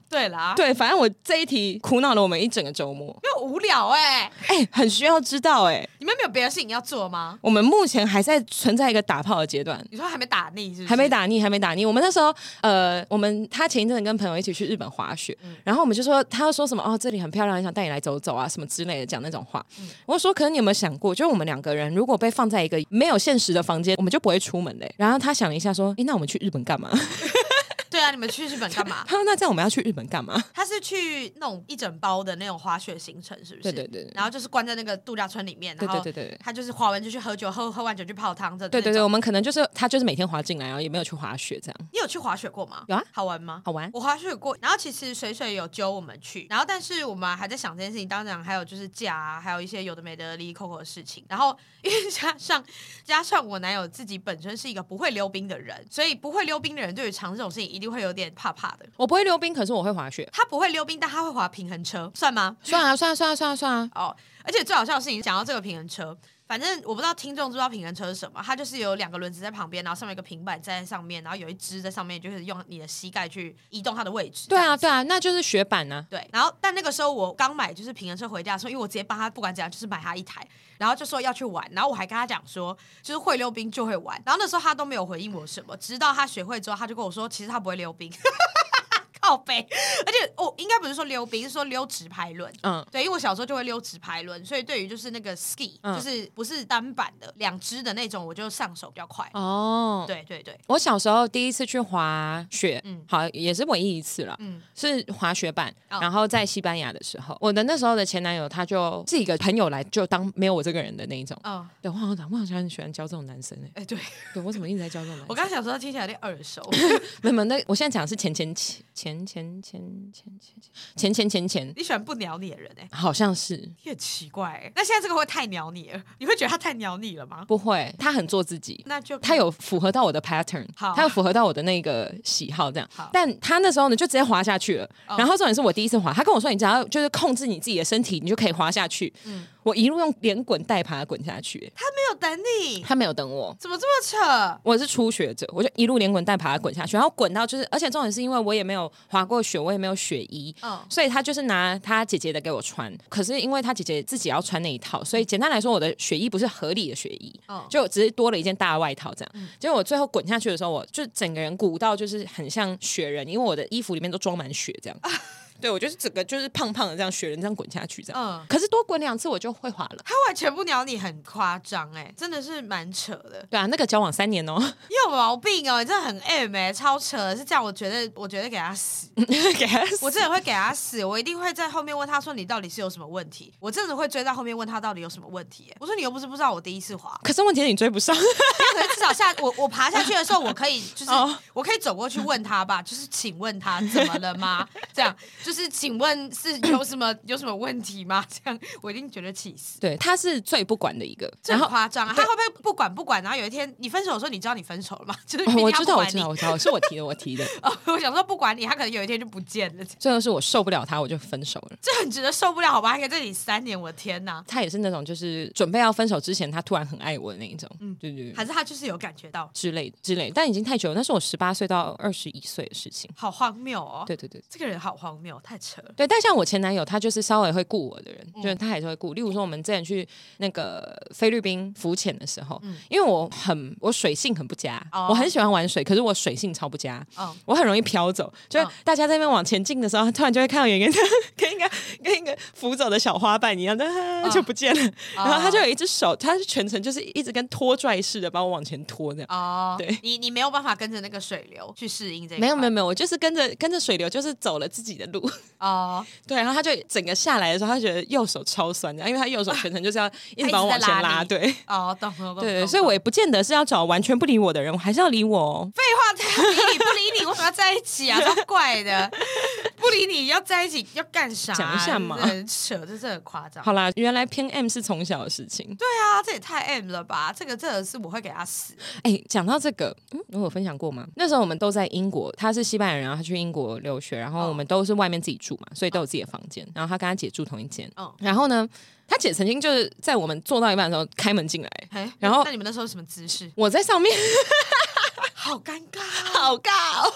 B: 对啦，，
A: 对，反正我这一题苦恼了我们一整个周末。
B: 因为无聊哎、
A: 哎、很需要知道哎、
B: 你们没有别的事情要做吗？
A: 我们目前还在存在一个打炮的阶段。
B: 你说还没打腻是不是？
A: 还没。打腻，还没打腻。我们那时候，呃，我们他前一阵子跟朋友一起去日本滑雪，然后我们就说，他又说什么哦，这里很漂亮，很想带你来走走啊，什么之类的，讲那种话。我就说，可是你有没有想过，就是我们两个人如果被放在一个没有现实的房间，我们就不会出门嘞、然后他想了一下，说，诶，那我们去日本干嘛？
B: 对对啊，你们去日本干嘛？ (laughs)
A: 他说那这样我们要去日本干嘛？
B: 他是去那种一整包的那种滑雪行程，是不是？
A: 对对对对
B: 然后就是关在那个度假村里面，
A: 对
B: 然后
A: 对对对对
B: 他就是滑完就去喝酒，喝喝完酒去泡汤这。
A: 对对
B: 这
A: 对，
B: 种
A: 我们可能就是他就是每天滑进来，然后也没有去滑雪这样。
B: 你有去滑雪过吗？
A: 有啊
B: 好玩吗？
A: 好玩
B: 我滑雪过，然后其实水水有揪我们去，然后但是我们还在想这件事情，当然还有就是假、啊，还有一些有的没的利利扣扣的事情，然后因为加上加上我男友自己本身是一个不会溜冰的人，所以不会溜冰的人对于尝试这种事情一定会有点怕怕的。
A: 我不会溜冰，可是我会滑雪。
B: 他不会溜冰，但他会滑平衡车，算吗？
A: 算啊算啊算啊算啊算啊，
B: 哦，而且最好笑的事情，讲到这个平衡车，反正我不知道听众知不知道平衡车是什么，它就是有两个轮子在旁边，然后上面有一个平板站在上面，然后有一只在上面，就是用你的膝盖去移动它的位置。
A: 对啊对啊，那就是雪板啊。
B: 对，然后但那个时候我刚买就是平衡车回家的时候，因为我直接帮他不管怎样就是买他一台，然后就说要去玩，然后我还跟他讲说就是会溜冰就会玩，然后那时候他都没有回应我什么，直到他学会之后，他就跟我说其实他不会溜冰， (laughs) 靠背，而且哦应该不是说溜冰，是说溜直排轮。
A: 嗯，
B: 对，因为我小时候就会溜直排轮，所以对于就是那个 ski，、
A: 嗯
B: 就是不是单板的两只的那种，我就上手比较快。
A: 哦，
B: 对对对，
A: 我小时候第一次去滑雪，
B: 嗯
A: 好也是唯一一次了，
B: 嗯
A: 是滑雪板。
B: 哦
A: 然后在西班牙的时候，我的那时候的前男友他就是一个朋友来就当没有我这个人的那一种。
B: 嗯，
A: 对，我好像我好像很喜欢教这种男哦生哎、
B: 哎、对
A: 对我怎么一直在教这种男
B: 我
A: 生？
B: 刚刚想说听起来有点耳熟，
A: 没有没有，那我现在讲的是前前前前前前前前前前前前，
B: 你喜欢不鸟你的人哎、
A: 好像是
B: 你很奇怪、欸，那现在这个会太鸟你了？你会觉得他太鸟你了吗？
A: 不会，他很做自己。
B: 那就
A: 他有符合到我的 pattern，
B: 好
A: 他有符合到我的那个喜好哦这样
B: 好。
A: 但他那时候呢，就直接滑下去了。然后重点是我第一次滑，他跟我说，你只要就是控制你自己的身体，你就可以滑下去。我一路用连滚带爬滚下去，
B: 他没有等你，
A: 他没有等我。
B: 怎么这么扯？
A: 我是初学者，我就一路连滚带爬地滚下去，然后滚到就是，而且重点是因为我也没有滑过雪，我也没有雪衣，
B: 嗯
A: 所以他就是拿他姐姐的给我穿。可是因为他姐姐自己要穿那一套，所以简单来说，我的雪衣不是合理的雪衣，
B: 嗯
A: 就只是多了一件大外套这样。结果我最后滚下去的时候，我就整个人鼓到就是很像雪人，因为我的衣服里面都装满雪这样。
B: 啊
A: (laughs) 对，我就是整个就是胖胖的这样雪人这样滚下去这样。
B: 嗯，
A: 可是多滚两次我就会滑了。
B: 他完全不鸟你，很夸张哎，真的是蛮扯的。
A: 对啊，那个交往三年哦、 (laughs)
B: 你有毛病哦，你真的很 M 哎、超扯的。是这样，我觉得，我觉得给他死，
A: 给他
B: 我真的会给他死，我一定会在后面问他说你到底是有什么问题，我真的会追到后面问他到底有什么问题欸、我说你又不是不知道我第一次 (laughs) 滑，
A: 可是问题是你追不上。
B: 可是至少下我我爬下去的时候，我可以就是、
A: 哦
B: 我可以走过去问他吧，就是请问他怎么了吗？这样就是请问是有什么有什么问题吗？ (laughs) 这样我一定觉得气死。
A: 对，他是最不管的一个。
B: 这
A: 然
B: (laughs) 很
A: 后
B: 夸张啊！他会不会不管不管？然后有一天你分手的时候，你知道你分手了吗？ (laughs) 就是明
A: 哦
B: 天
A: 我
B: 他
A: 知
B: 不
A: 道，我
B: 管
A: 知
B: 你
A: 道，我知道，是我提的，我提的。
B: (laughs) 哦，我想说不管你，他可能有一天就不见了， (laughs)
A: 最后是我受不了他，我就分手了。
B: 这很值得受不了，好吧？还可以在这里三年，我的天哪！
A: 他也是那种就是准备要分手之前，他突然很爱我的那一种，嗯，对对对
B: 还是他就是有感觉到，
A: 之类之类。但已经太久了，那是我十八岁到二十一岁的事情。
B: 好荒谬哦！
A: 对对对。
B: 这个人好荒谬，太扯了。
A: 对，但像我前男友，他就是稍微会顾我的人，
B: 嗯
A: 就是他还是会顾。例如说，我们之前去那个菲律宾浮潜的时候，因为我很我水性很不佳，
B: 嗯哦
A: 我很喜欢玩水，可是我水性超不佳，
B: 哦
A: 我很容易飘走。就是
B: 哦
A: 大家在那边往前进的时候，突然就会看到有一个 (laughs) 跟一个跟一个浮走的小花瓣一样的、
B: 嗯
A: 啊、 (laughs) 就不见
B: 哦
A: 了，然后他就有一只手，他是全程就是一直跟拖拽似的把我往前拖这样。
B: 哦，
A: 对
B: 你你没有办法跟着那个水流去适应这一
A: 没有没有
B: 有
A: 没有，我就是跟着跟着水流，就是走了自己的路。
B: 哦，
A: 对，然后他就整个下来的时候，他觉得右手超酸的，因为他右手全程就是要一直把我往前拉，
B: 啊他一直
A: 对， (laughs)
B: 哦，懂了，懂了。
A: 对对，
B: 懂
A: 所以我
B: 懂
A: 也不见得是要找完全不理我的人，我还是要理我、哦。
B: 废话，他要理你不理你，为什么要在一
A: (laughs)
B: 起啊？超怪的，不理你要在一起要干啥、
A: 讲一下嘛
B: 真的很扯，这真的很夸张。
A: 好啦，原来偏 M 是从小的事情。
B: 对啊，这也太 M 了吧！这个真的是我会给他死。
A: 哎，讲到这个，嗯，我有分享过吗？那时候我们都在英国，他是西班牙人，然后他去英国留学，然
B: 哦
A: 后我们都是外面自己住嘛，所以都有自己的房间。然后他跟他姐住同一间，
B: 哦
A: 然后呢，他姐曾经就是在我们坐到一半的时候开门进来，
B: 嘿
A: 然后
B: 那你们那时候是什么姿势？
A: 我在上面，
B: 好尴尬啊！
A: 好尬、哦。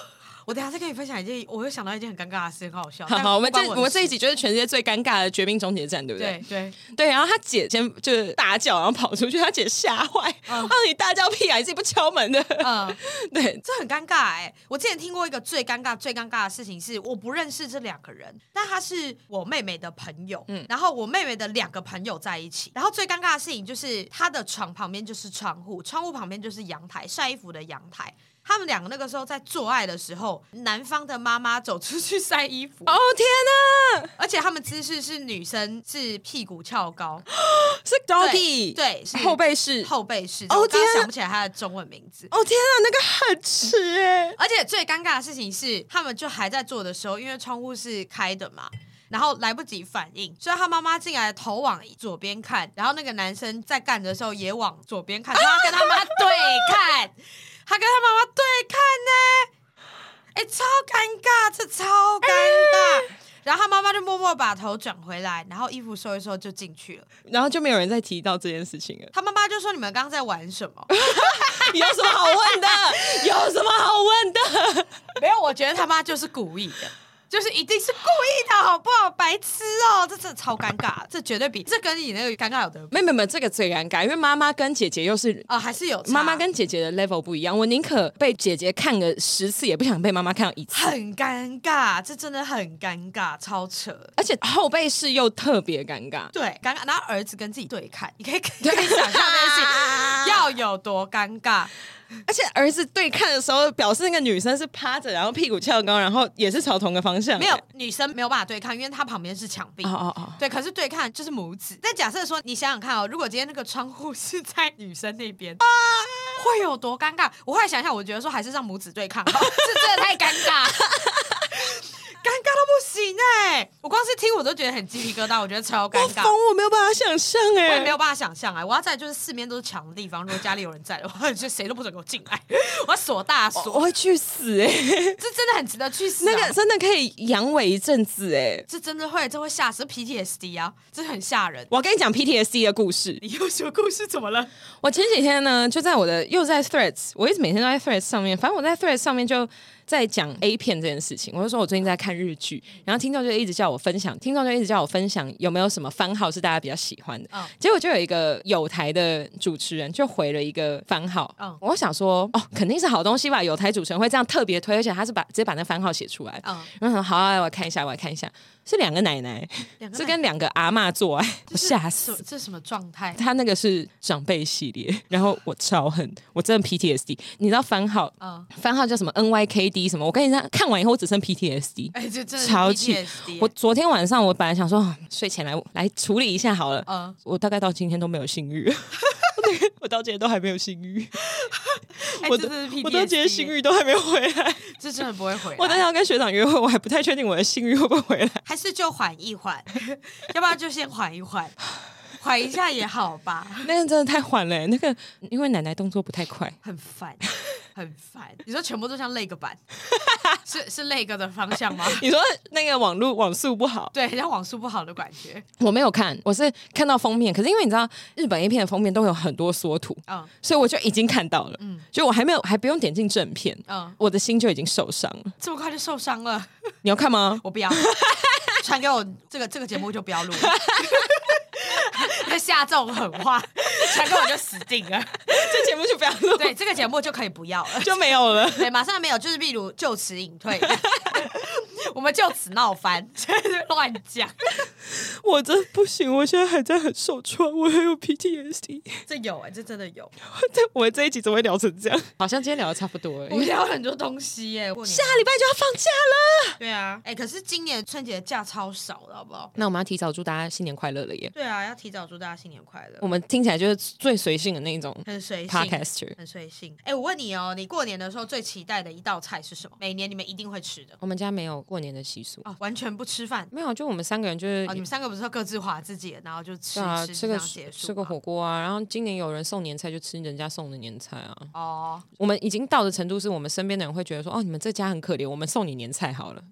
B: 我等一下再跟你分享一件，我又想到一件很尴尬的事，很好笑。
A: 好
B: 但
A: 好，我们
B: 不关
A: 这
B: 我
A: 我们这一集
B: 集
A: 就是全世界最尴尬的《绝命终结战》，对不对？
B: 对对，
A: 对，然后他姐先就是大叫，然后跑出去，他姐吓坏，
B: 嗯
A: 让、你大叫屁啊，你自己不敲门的。
B: 嗯。
A: (laughs) 对，
B: 这很尴尬哎、我之前听过一个最尴尬、最尴尬的事情是，我不认识这两个人，但他是我妹妹的朋友，
A: 嗯
B: 然后我妹妹的两个朋友在一起，然后最尴尬的事情就是她的床旁边就是窗户，窗户旁边就是阳台，晒衣服的阳台。他们两个那个时候在做爱的时候，男方的妈妈走出去晒衣服，
A: (laughs) 哦天哪，
B: 而且他们姿势是女生是屁股翘高，
A: 是 doggy，
B: 对，是
A: 哦后背式。
B: 后背式。
A: 哦
B: 我刚刚
A: 天啊
B: 想不起来他的中文名字。
A: 哦天啊，那个很迟哎、
B: 而且最尴尬的事情是，他们就还在做的时候，因为窗户是开的嘛。然后来不及反应，所以他妈妈进来头往左边看，然后那个男生在干的时候也往左边看，所以他跟他妈对看，他跟他妈妈对看呢、哎、超尴尬，这超尴尬。然后他妈妈就默默把头转回来，然后衣服收一收就进去了。
A: 然后就没有人再提到这件事情了。 (laughs)
B: 他妈妈就说：“你们刚刚在玩什么？”
A: 有什么好问的？有什么好问的？
B: (laughs) 没有，我觉得他妈就是故意的，就是一定是故意的，好不好？白痴哦、这真的超尴尬，这绝对比这跟你那个尴尬有得比
A: 没有没有没有，这个最尴尬，因为妈妈跟姐姐又是。
B: 啊、还是有差
A: 妈妈跟姐姐的 level 不一样，我宁可被姐姐看个十次，也不想被妈妈看到一次。
B: 很尴尬，这真的很尴尬，超扯。
A: 而且后背式又特别尴尬，
B: 对，尴尬。然后儿子跟自己对看，你可
A: (laughs)
B: 以 (laughs) 可以想象那些要有多尴尬。
A: 而且儿子对看的时候，表示那个女生是趴着，然后屁股翘高，然后也是朝同个方向。欸
B: 没有女生没有办法对抗，因为她旁边是墙壁。
A: 哦哦哦，
B: 对，可是对看就是母子。但假设说，你想想看哦，如果今天那个窗户 (laughs) 是在女生那边，
A: 啊
B: 会有多尴尬？我后来想想，我觉得说还是让母子对抗好，这真的太尴尬，尴尬到不行哎、我光是听我都觉得很鸡皮疙瘩，我觉得超尴
A: 我
B: 尬
A: 疯。，我没有办法想象哎、
B: 我也没有办法想象哎、我要在就是四面都是墙的地方，如果家里有人在的话， (laughs) 就谁都不准给我进来，我要锁大
A: 我，我
B: 锁，
A: 会去
B: (laughs)
A: 死哎、
B: 这真的很值得去死、啊。
A: 那个真的可以阳痿一阵子哎、
B: 这真的会，这会吓死 PTSD 啊，这很吓人。
A: 我跟你讲 PTSD 的故事，
B: 你又说故事怎么了？
A: 我前几天呢，就在我的又在 Threads，我一直每天都在 Threads 上面，反正我在 Threads 上面就在讲 A 片这件事情。我就说我最近在看日剧，然后听众就一直叫我分享，听众就一直叫我分享有没有什么番号是大家比较喜欢的。
B: 嗯
A: 结果就有一个有台的主持人就回了一个番号，
B: 嗯
A: 我想说哦，肯定是好东西吧，有台主持人会这样特别推，而且他是把直接把那番号写出来。
B: 嗯
A: 然后想好、啊，我看一下，我看一下，是两个奶奶，
B: 两个
A: 是
B: 奶
A: 跟两个阿嬷做爱，我吓死
B: 这是。这是什么状态？
A: 他那个是长辈系列，然后我超恨，我真的 PTSD。你知道番号，
B: 嗯
A: 番号叫什么 NYKD 什么？我跟你讲，看完以后我只剩 PTSD，
B: 哎、这真的是
A: 超气
B: PTSD 耶。
A: 我昨天晚上我本来想说哦睡前来来处理一下好了，
B: 嗯
A: 我大概到今天都没有性
B: (laughs)
A: 欲，我到今天都还没有性欲，
B: 哎
A: 我都
B: 这真的是 PTSD
A: 我都觉得性欲都还没有回来。
B: 这真的不会回来，
A: 我等一下要跟学长约会，我还不太确定我的性欲会不会回来。
B: 还是就缓一缓， (laughs) 要不然就先缓一缓，缓一下也好吧。
A: 那个真的太缓了、欸那个因为奶奶动作不太快，
B: 很烦，很烦。你说全部都像那个版， (laughs) 是是那个的方向吗？
A: 你说那个网络网速不好，
B: 对，很像网速不好的感觉。
A: 我没有看，我是看到封面，可是因为你知道日本 A 片的封面都会有很多缩图，
B: 嗯
A: 所以我就已经看到了，就我还没有还不用点进正片，
B: 嗯，
A: 我的心就已经受伤了。
B: 这么快就受伤了，
A: 你要看吗？
B: 我不要。传给我这个这个节目就不要录了， (laughs) 要下这种狠话， (laughs) 传给我就死定了。
A: (laughs) 这节目就不要录，
B: 对，这个节目就可以不要
A: (laughs)
B: 了。
A: 就没有了。
B: 对，马上没有，就是例如就此隐退， (laughs) 我们就此闹翻，就是乱讲，
A: 我真不行，我现在还在很受创，我还有 (laughs) PTSD。
B: 这有哎、这真的有，
A: 我这一集怎么会聊成这样？好像今天聊的差不多了、
B: 我聊很多东西耶、过年
A: 下礼拜就要放假了，
B: 对啊，哎、可是今年春节假超少的，好不好？
A: 那我们要提早祝大家新年快乐了耶！
B: 对啊，要提早祝大家新年快乐
A: 我，们听起来就是最随性的那种
B: 很随性。
A: podcaster。
B: 很随性。哎、我问你哦，你过年的时候最期待的一道菜是什么？每年你们一定会吃的
A: 我们家没有过年的习俗，
B: 哦，完全不吃饭
A: 没有，啊就我们三个人就是
B: 哦。你们三个不是都各自划自己的，然后就吃、
A: 对啊，
B: 吃
A: 吃
B: 这
A: 个
B: 样结束
A: 吃个
B: 吗
A: 火锅啊，然后今年有人送年菜就吃人家送的年菜啊。
B: 哦，
A: 我们已经到的程度是我们身边的人会觉得说，哦，你们这家很可怜，我们送你年菜好了。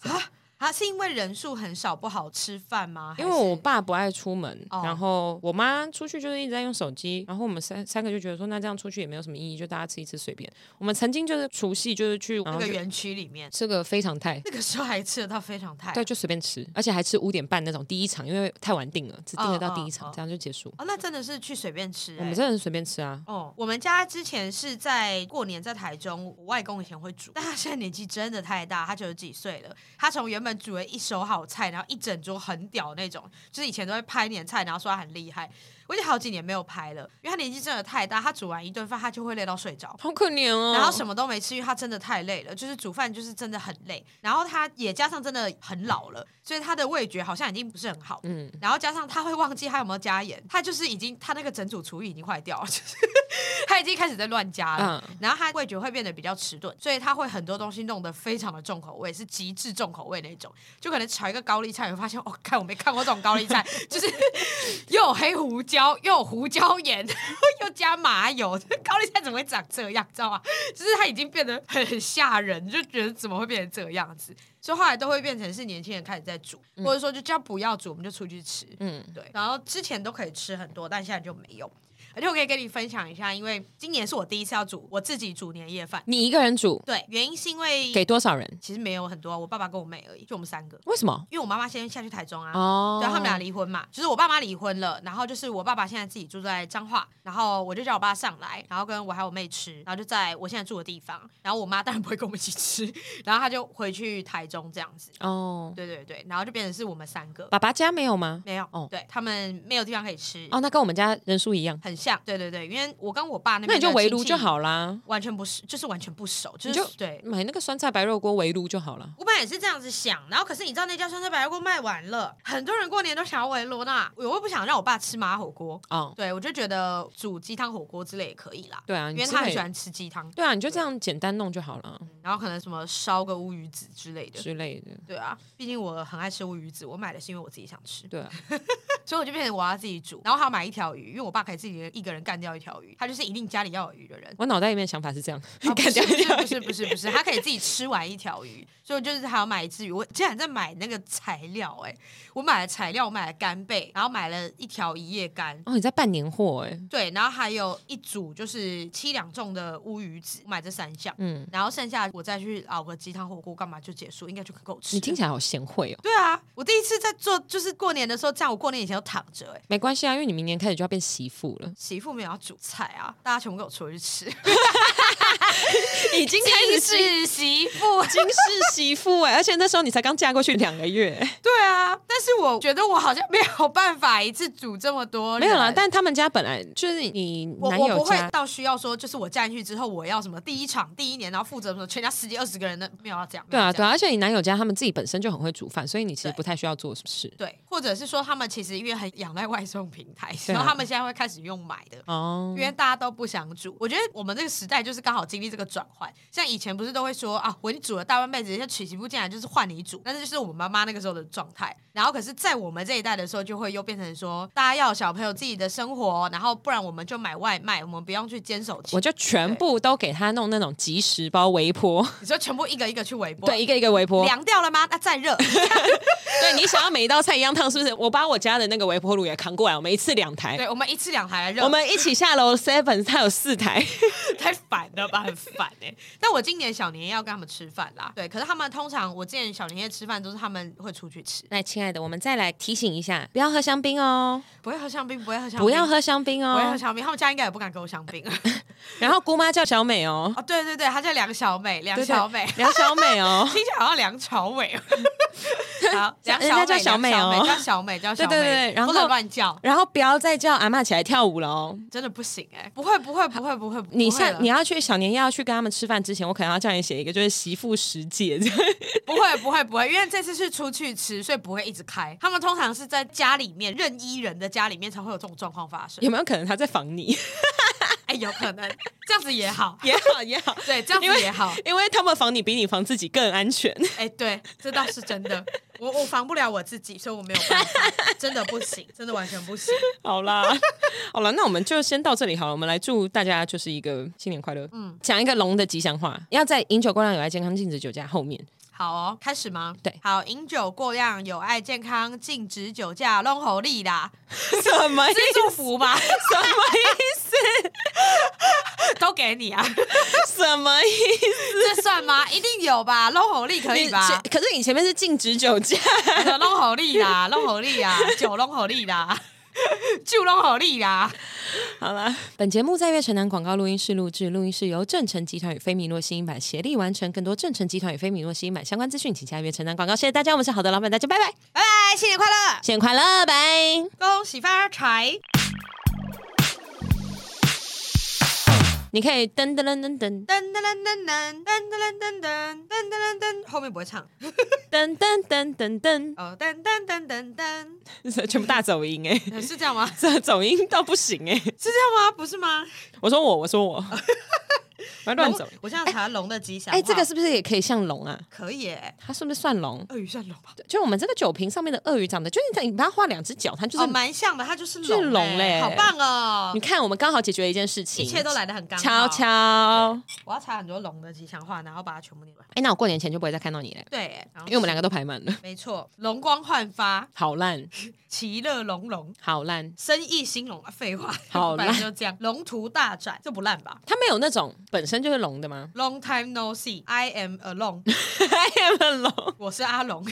B: 啊，是因为人数很少不好吃饭吗？
A: 因为
B: 还是
A: 我爸不爱出门，
B: 哦
A: 然后我妈出去就是一直在用手机，然后我们三三个就觉得说，那这样出去也没有什么意义，就大家吃一吃随便。我们曾经就是除夕就是去然
B: 那
A: 后
B: 个
A: 就
B: 园区里面，
A: 吃个非常泰。
B: 那个时候还吃得到非常泰。
A: 对，就随便吃，而且还吃五点半那种第一场，因为太晚订了，只订得到第一场
B: 哦哦哦
A: 这样就结束。
B: 哦，那真的是去随便吃、欸。
A: 我们真的是随便吃啊，
B: 哦，我们家之前是在过年在台中，我外公以前会煮，但他现在年纪真的太大，他九十几岁了。他从原本煮了一手好菜，然后一整桌很屌那种，就是以前都会拍年菜，然后说他很厉害。我已经好几年没有拍了，因为他年纪真的太大，他煮完一顿饭他就会累到睡着。
A: 好可怜哦。
B: 然后什么都没吃，因为他真的太累了，就是煮饭就是真的很累。然后他也加上真的很老了，所以他的味觉好像已经不是很好。嗯，然后加上他会忘记他有没有加盐，他就是已经他那个整组厨艺已经坏掉了，就是 (laughs) 他已经开始在乱加了。然后他味觉会变得比较迟钝，所以他会很多东西弄得非常的重口味，是极致重口味那种。就可能炒一个高丽菜，你会发现哦，看我没看过这种高丽菜，就是又有黑胡椒，又有胡椒盐， (laughs) 又加麻油，这高丽菜怎么会长这样？知道吗？就是它已经变得很很吓人，就觉得怎么会变成这样子？所以后来都会变成是年轻人开始在煮，或者说就叫不要煮，我们就出去吃。嗯，对。然后之前都可以吃很多，但现在就没有。而且我可以跟你分享一下，因为今年是我第一次要煮我自己煮年夜饭。
A: 你一个人煮
B: 对，原因是因为
A: 给多少人？
B: 其实没有很多，我爸爸跟我妹而已，就我们三个。
A: 为什么？
B: 因为我妈妈先下去台中啊，
A: 哦
B: 对，他们俩离婚嘛，就是我爸妈离婚了，然后就是我爸爸现在自己住在彰化，然后我就叫我爸上来，然后跟我还有我妹吃，然后就在我现在住的地方，然后我妈当然不会跟我们一起吃， (laughs) 然后她就回去台中这样子，
A: 哦，
B: 对对对，然后就变成是我们三个
A: 爸爸家没有吗？
B: 没有，
A: 哦
B: 对他们没有地方可以吃，
A: 哦，那跟我们家人数一样，
B: 很像，对对对，因为我跟我爸那边
A: 那你就
B: 的
A: 围
B: 亲
A: 炉
B: 戚
A: 就，好啦，
B: 完全不是，就是完全不熟，就
A: 你
B: 是
A: 就
B: 对。
A: 买那个酸菜白肉锅围炉就好了。
B: 我本来也是这样子想，然后可是你知道那家酸菜白肉锅卖完了，很多人过年都想要围罗那，我又不想让我爸吃麻辣火锅，
A: 哦，
B: 对，我就觉得煮鸡汤火锅之类也可以啦。
A: 对啊，
B: 因
A: 你
B: 为
A: 是
B: 他
A: 可
B: 很
A: 以
B: 喜欢吃鸡汤，
A: 对啊，你就这样简单弄就好了
B: 然后可能什么烧个乌鱼子之类的。
A: 之类的。
B: 对啊，毕竟我很爱吃乌鱼子，我买的是因为我自己想吃，
A: 对啊，
B: 所以我就变成我要自己煮，然后还要买一条鱼，因为我爸可以自己一个人干掉一条鱼，他就是一定家里要有鱼的人。
A: 我脑袋里面的想法是这样，
B: (laughs) 啊不
A: 感觉
B: 是不是不是不是不是，他可以自己吃完一条鱼，所以我就是还要买一只鱼。我竟然在买那个材料、哎，我买了材料，我买了干贝，然后买了一条一夜干，
A: 哦，你在办年货哎、
B: 对，然后还有一组就是七两重的乌鱼子，买这三项，嗯
A: 嗯，
B: 然后剩下我再去熬个鸡汤火锅干嘛就结束，应该就够吃了。
A: 你听起来好贤惠哦。
B: 对啊，我第一次在做，就是过年的时候，这样我过年以前都躺着、哎，，
A: 没关系啊，因为你明年开始就要变媳妇了
B: 媳妇没有要煮菜啊，大家全部 (laughs) 给我出去吃，
A: 已经开 (laughs)
B: 你是媳妇，
A: 已经是媳妇哎、而且那时候你才刚嫁过去两个月，
B: 对啊，但是我觉得我好像没有办法一次煮这么多人，
A: 没有啦。但他们家本哦来就是你
B: 我
A: 男
B: 我
A: 友
B: 不会
A: 家，
B: 到需要说，就是我嫁进去之后，我要什么第一场第一年，然后负责什么全家十几二十个人的，没有要这样，没
A: 对
B: 有
A: 啊
B: 要这
A: 对
B: 样
A: 啊，而且你男友家他们自己本身就很会煮饭，所以你其实
B: 对
A: 不太需要做什么事。
B: 对，或者是说他们其实因为很仰赖外送平台，
A: 对啊
B: 然后他们现在会开始用买的。
A: 哦
B: 因，为大家都不想煮，我觉得我们这个时代就是刚好经历这个转换。像以前不是都会说啊，我已经煮了大半辈子，现在娶媳妇进来就是换你煮，但是就是我们妈妈那个时候的状态。然后可是，在我们这一代的时候，就会又变成说，大家要有小朋友自己的生活，然后不然我们就买外卖，我们不用去坚守
A: 我
B: 期。
A: 就全部都给他弄那种即食包微波，
B: 你说全部一个一个去微波，
A: 对，，一个一个微波。
B: 凉掉了吗？那再热，
A: 对你想要每一道菜一样烫，是不是？我把我家的那个微波炉也扛过来，我们一次两台，
B: 对我们一次两台来热，
A: 我们一起下 (laughs) 楼 Seven，它有四台。
B: 太烦了吧，很烦哎、但我今年小年夜要跟他们吃饭啦，对，可是他们通常我之前小年夜吃饭都是他们会出去吃，
A: 那亲爱的，我们再来提醒一下，不要喝香槟哦，
B: 不会喝香槟，不会喝香槟，
A: 不要。喝香槟
B: 不会喝
A: 哦。
B: 香槟，他们家应该也不敢给我香槟。
A: 然后姑妈叫小美 (laughs) 哦，
B: (laughs) 哦，对对对，他叫梁小美，梁
A: 对对
B: 小美，。
A: 聊小美哦
B: 听起来好像梁朝伟。
A: (laughs)
B: 好，梁
A: 人家叫
B: 小
A: 小
B: 美，
A: 美
B: 梁
A: 哦
B: 叫小美，叫小美，
A: 对对对然后
B: 不能乱叫，
A: 然后不要再叫阿嬷起来跳舞了哦。
B: 真的不行哎，不会不会不会不会，不会
A: 你下
B: 了
A: 你要去小年夜要去跟他们吃饭之前，我可能要叫你写一个就是媳妇十戒， (laughs)
B: 不会不会不会，因为这次是出去吃，所以不会一直开。他们通常是在家里面任意人的家里面才会有这种状况发生。
A: 有没有可能他在防你？ (laughs)
B: 哎，有可能这样子也好，
A: 也好也好，
B: 对，这样
A: 因
B: 子
A: 为
B: 也好。
A: 因为他们防你比你防自己更安全。 (laughs)
B: 哎，对，这倒是真的。我我防不了我自己，所以我没有办法，真的不行，真的完全不行。
A: 好啦，好啦，那我们就先到这里好了。我们来祝大家就是一个新年快乐。嗯，讲一个龙的吉祥话，要在饮酒过量、有爱、健康、禁止酒驾后
B: (laughs)
A: 面。
B: 好哦，开始吗？
A: 对
B: 好，饮酒过量有害健康，禁止酒驾，弄吼力啦，
A: 什么意
B: 这是祝福吧，
A: 什么意
B: (laughs) 都给你啊，
A: 什么意
B: 这算吗？一定有吧，弄吼力可以 (laughs) 吧？哎
A: 思？可是你前面是禁止酒驾，
B: 弄 (laughs) 啊好力啦，弄好力啦，酒弄好力啦，酒弄好力啦，
D: 好啦，
A: 本节目在月城南广告录音室录制，录音室由正成集团与菲米诺新音版协力完成。更多正成集团与菲米诺新音版相关资讯，请加月城南广告。谢谢大家，我们是好的老板，大家拜拜，
B: 拜拜，哎新年快乐，
A: 新年快乐，拜。
B: 恭喜发财。
A: 你可以噔噔噔噔噔
B: 噔噔噔噔噔噔噔噔噔噔噔噔噔，后面不会唱
A: 噔噔噔噔
B: 哦，噔噔噔噔 (laughs) 噔，
A: 噔，全部大走音哎、
B: 是这样吗？是
A: 这走音到不行哎、
B: 这样吗？不是吗？
A: 我说我，我说我，我要乱走。
B: 我现在查龙的吉祥
A: 哎、
B: 话，
A: 这个是不是也可以像龙啊？
B: 可以耶，
A: 它是不是算龙？
B: 鳄鱼算龙吧？
A: 就我们这个酒瓶上面的鳄鱼长得，就是你把它画两只脚，它就是。
B: 哦，蛮像的，它就是
A: 就是
B: 龙
A: 龙嘞
B: 嘞，好棒哦
A: 你！看，我们刚好解决了一件事情，
B: 一切都来得很刚
A: 悄
B: 好。
A: 悄。
B: 我要查很多龙的吉祥话，然后把它全部念完。
A: 哎、那我过年前就不会再看到你了，
B: 对耶，然后
A: 因为我们两个都排满了。 (laughs)
B: 没错，容光焕发，
A: 好烂，
B: 其乐融融。
A: 好烂。
B: 生意兴隆啊！废话，
A: 好
B: (laughs) 本
A: 烂
B: 来就这样，龙图大展，这不烂吧
A: 它没有那种本身就是龙的
B: (laughs)
A: 吗
B: ？Long time no see，I am
A: (laughs)
B: alone。
A: ？I am a 龙。
B: 我是阿
A: (laughs)
B: 龙。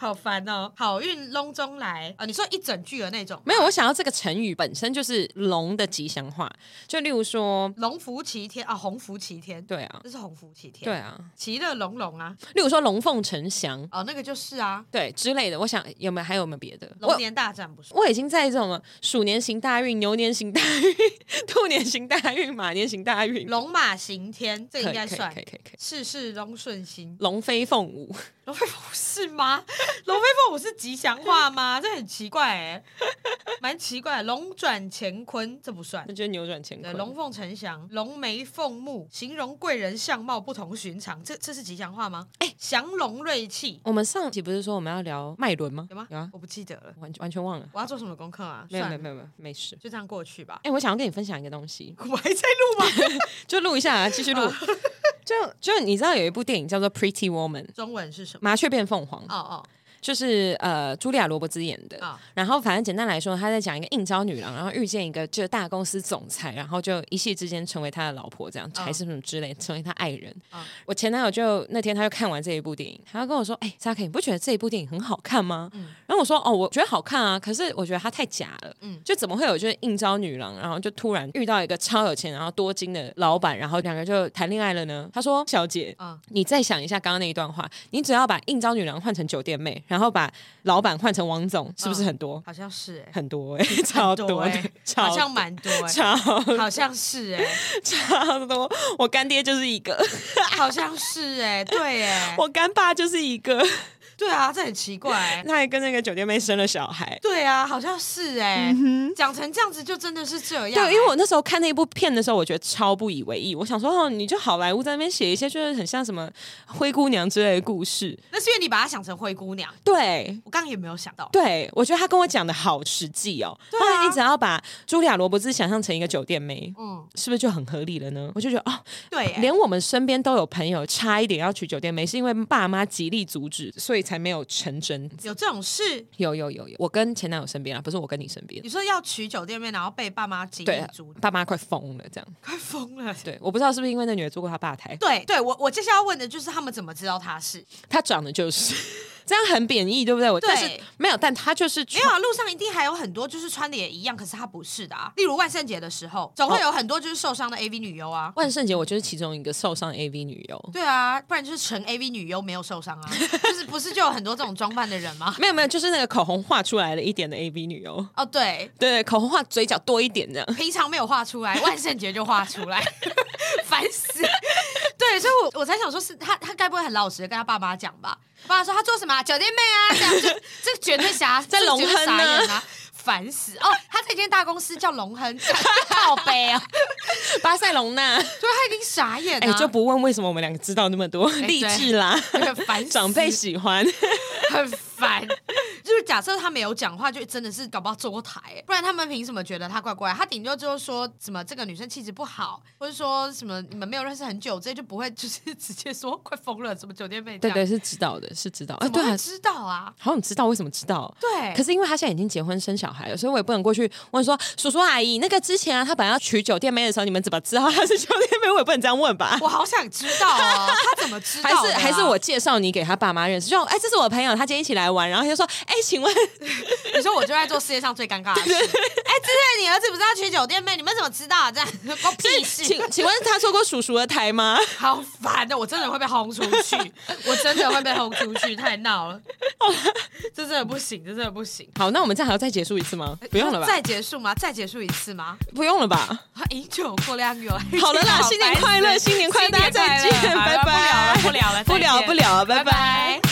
B: 好烦哦！好运隆中来啊、你说一整句的那种，
A: 没有，我想要这个成语本身就是龙的吉祥话，就例如说，
B: 龙福齐天啊，鸿福齐天，，
A: 对啊，
B: 这是鸿福齐天，
A: 对，啊，
B: 其乐融融啊，
A: 例如说龙凤呈祥，
B: 哦，那个就是啊，
A: 对之类的。我想有没有还有没有别的？
B: 龙
A: 我
B: 年大战不是？
A: 我已经在这种鼠年行大运、牛年行大运、 (laughs) 兔年行大运、马年行大运，
B: 龙马行天，这
A: 可以
B: 应该算
A: 可以可以可以可以，
B: 事事龙顺心。
A: 龙飞凤舞， (laughs)
B: 龙飞凤舞是吗？龙飞凤舞是吉祥话吗？ (laughs) 这很奇怪哎、蛮奇怪的。龙转乾坤，这不算
A: 那。就是扭转乾
B: 对，
A: 坤。
B: 龙凤呈祥，龙眉凤目，形容贵人相貌不同寻常，这这是吉祥话吗？哎、祥龙瑞气，
A: 我们上集不是说我们要聊脉轮吗？
B: 有吗？
A: 有啊，
B: 我不记得了，
A: 完完全忘了。
B: 我要做什么功课啊？
A: 没有没有
B: 算了
A: 没有没有没事。
B: 就这样过去吧。 (laughs)
A: 哎、我想要跟你分享一个东西，
B: 我还在录吗？
A: 就录一下、啊，继续录。 (laughs) 就就你知道有一部电影叫做《Pretty Woman》。
B: 中文是什么？
A: 麻雀变凤凰，
B: 哦哦
A: 就是呃，茱莉亚·罗伯兹演的。
B: 啊
A: 然后反正简单来说，她在讲一个应招女郎，然后遇见一个就是大公司总裁，然后就一夕之间成为他的老婆，这样
B: 嗯
A: 还是什么之类，成为他爱人。
B: 嗯
A: 我前男友就那天他就看完这一部电影，他就跟我说：“哎、扎克，你不觉得这一部电影很好看吗？”然后我说：“哦，我觉得好看啊，可是我觉得它太假了。
B: 嗯
A: 就怎么会有就是应招女郎，然后就突然遇到一个超有钱然后多金的老板，然后两个就谈恋爱了呢？”他说：“小姐，
B: 啊
A: 你再想一下刚刚那一段话，你只要把应招女郎换成酒店妹，然后把老板换成王总，是不
B: 嗯
A: 是很多？
B: 好像是哎、
A: 很多、欸， (laughs) 超多的，
B: 很多欸
A: 超
B: 好像蛮多哎、
A: 超
B: 好像是哎、
A: 超多。我干爹就是一个，
B: 好像是哎、对哎、
A: 我干爸就是一个，
B: 对啊，这很奇怪、欸。
A: 他还跟那个酒店妹生了小孩。
B: 对啊，好像是哎、讲、成这样子就真的是这样欸、
A: 嗯对，因为我那时候看那部片的时候，我觉得超不以为意。我想说，哦，你就好莱坞在那边写一些就是很像什么灰姑娘之类的故事。
B: 那是因为你把它想成灰姑娘，
A: 对，
B: 我刚刚也没有想到。
A: 对，我觉得他跟我讲的好实际哦。
B: 对啊
A: 他一直要把茱莉亚·罗伯兹想象成一个酒店妹，
B: 嗯，
A: 是不是就很合理了呢？我就觉得哦，
B: 对、欸，
A: 连我们身边都有朋友差一点要娶酒店妹，是因为爸妈极力阻止，所以才没有成真。
B: 有这种事，
A: 有有有有，我跟前男友身边啊，不是我跟你身边
B: 你。说要娶酒店面，然后被爸妈极力
A: 对啊
B: 阻，止，
A: 爸妈快疯了，这样。
B: 快疯了。
A: 对，我不知道是不是因为那女的做过他爸台， (laughs)
B: 对对，我我接下来要问的就是他们怎么知道他是？
A: 她长得就是。 (laughs) 这样很贬义，对不对？我
B: 对
A: 但是没有，但她就是
B: 没有啊，路上一定还有很多就是穿的也一样，可是他不是的啊。例如万圣节的时候，总
A: 哦
B: 会有很多就是受伤的 AV 女优啊。
A: 万圣节，我就是其中一个受伤 AV 女优。
B: 对啊，不然就是纯 AV 女优没有受伤啊，就是不是就有很多这种装扮的人
A: (laughs)
B: 吗？
A: 没有没有，就是那个口红画出来了一点的 AV 女优。
B: 哦，对，
A: 对，口红画嘴角多一点这样。
B: 平常没有画出来，万圣节就画出来， (laughs) 烦死。对，所以我我才想说是他，他该不会很老实的跟他爸妈讲吧？爸爸说他做什么、啊、酒店妹啊，这样就这绝对傻，
A: 在
B: 这绝对
A: 龙亨
B: 傻
A: 呢
B: 眼啊，烦死哦！他在一间大公司叫龙
A: (laughs)
B: 亨，好悲啊，
A: (laughs) 巴塞隆纳，
B: 所以他已经傻眼了、啊
A: 哎、就不问为什么我们两个知道那么多，励志啦，
B: 烦
A: (laughs)
B: 死
A: 长辈喜欢。
B: 很烦。 (laughs) 就是假设他没有讲话，就真的是搞不好坐过台、欸不然他们凭什么觉得他怪怪？他顶多就是说什么这个女生气质不好，或者说什么你们没有认识很久，这就不会就是 (laughs) 直接说快疯了，什么酒店妹
A: 对
B: 这样。
A: 对，是知道的，是知道。哎，
B: 怎么
A: 对
B: 会
A: 啊，
B: 知道啊？
A: 好想知道为什么知道。
B: 对，
A: 可是因为他现在已经结婚生小孩了，所以我也不能过去问说叔叔阿姨，那个之前啊，他本来要娶酒店妹的时候，你们怎么知道他是酒店妹？我也不能这样问吧？
B: 我好想知道啊，他怎么知道
A: 还
B: 的啊、
A: 是还是我介绍你给他爸妈认识，就哎，这是我朋友，他今天一起来玩，然后他就说，哎，请请问
B: 你说我就在做世界上最尴尬的事。哎，之前你儿子不是要去酒店妹，你们怎么知道 (laughs) 啊？这样关我屁事，
A: 请请问他说过叔叔的台吗？ (laughs)
B: 好烦哦的！我真的会被轰出去，我真的会被轰出去，太闹了，这真的不行，这真的不行。
A: 好，那我们这样还要再结束一次吗？不用了吧？
B: 呃再结束吗？再结束一次吗？
A: 不用了吧？
B: 啊饮酒过量有。
A: (laughs) 好了啦，新年快乐，新年快乐，大家再见，拜拜。
B: 不聊了，不聊了，
A: 不聊
B: 再见
A: 不聊拜拜
B: 拜拜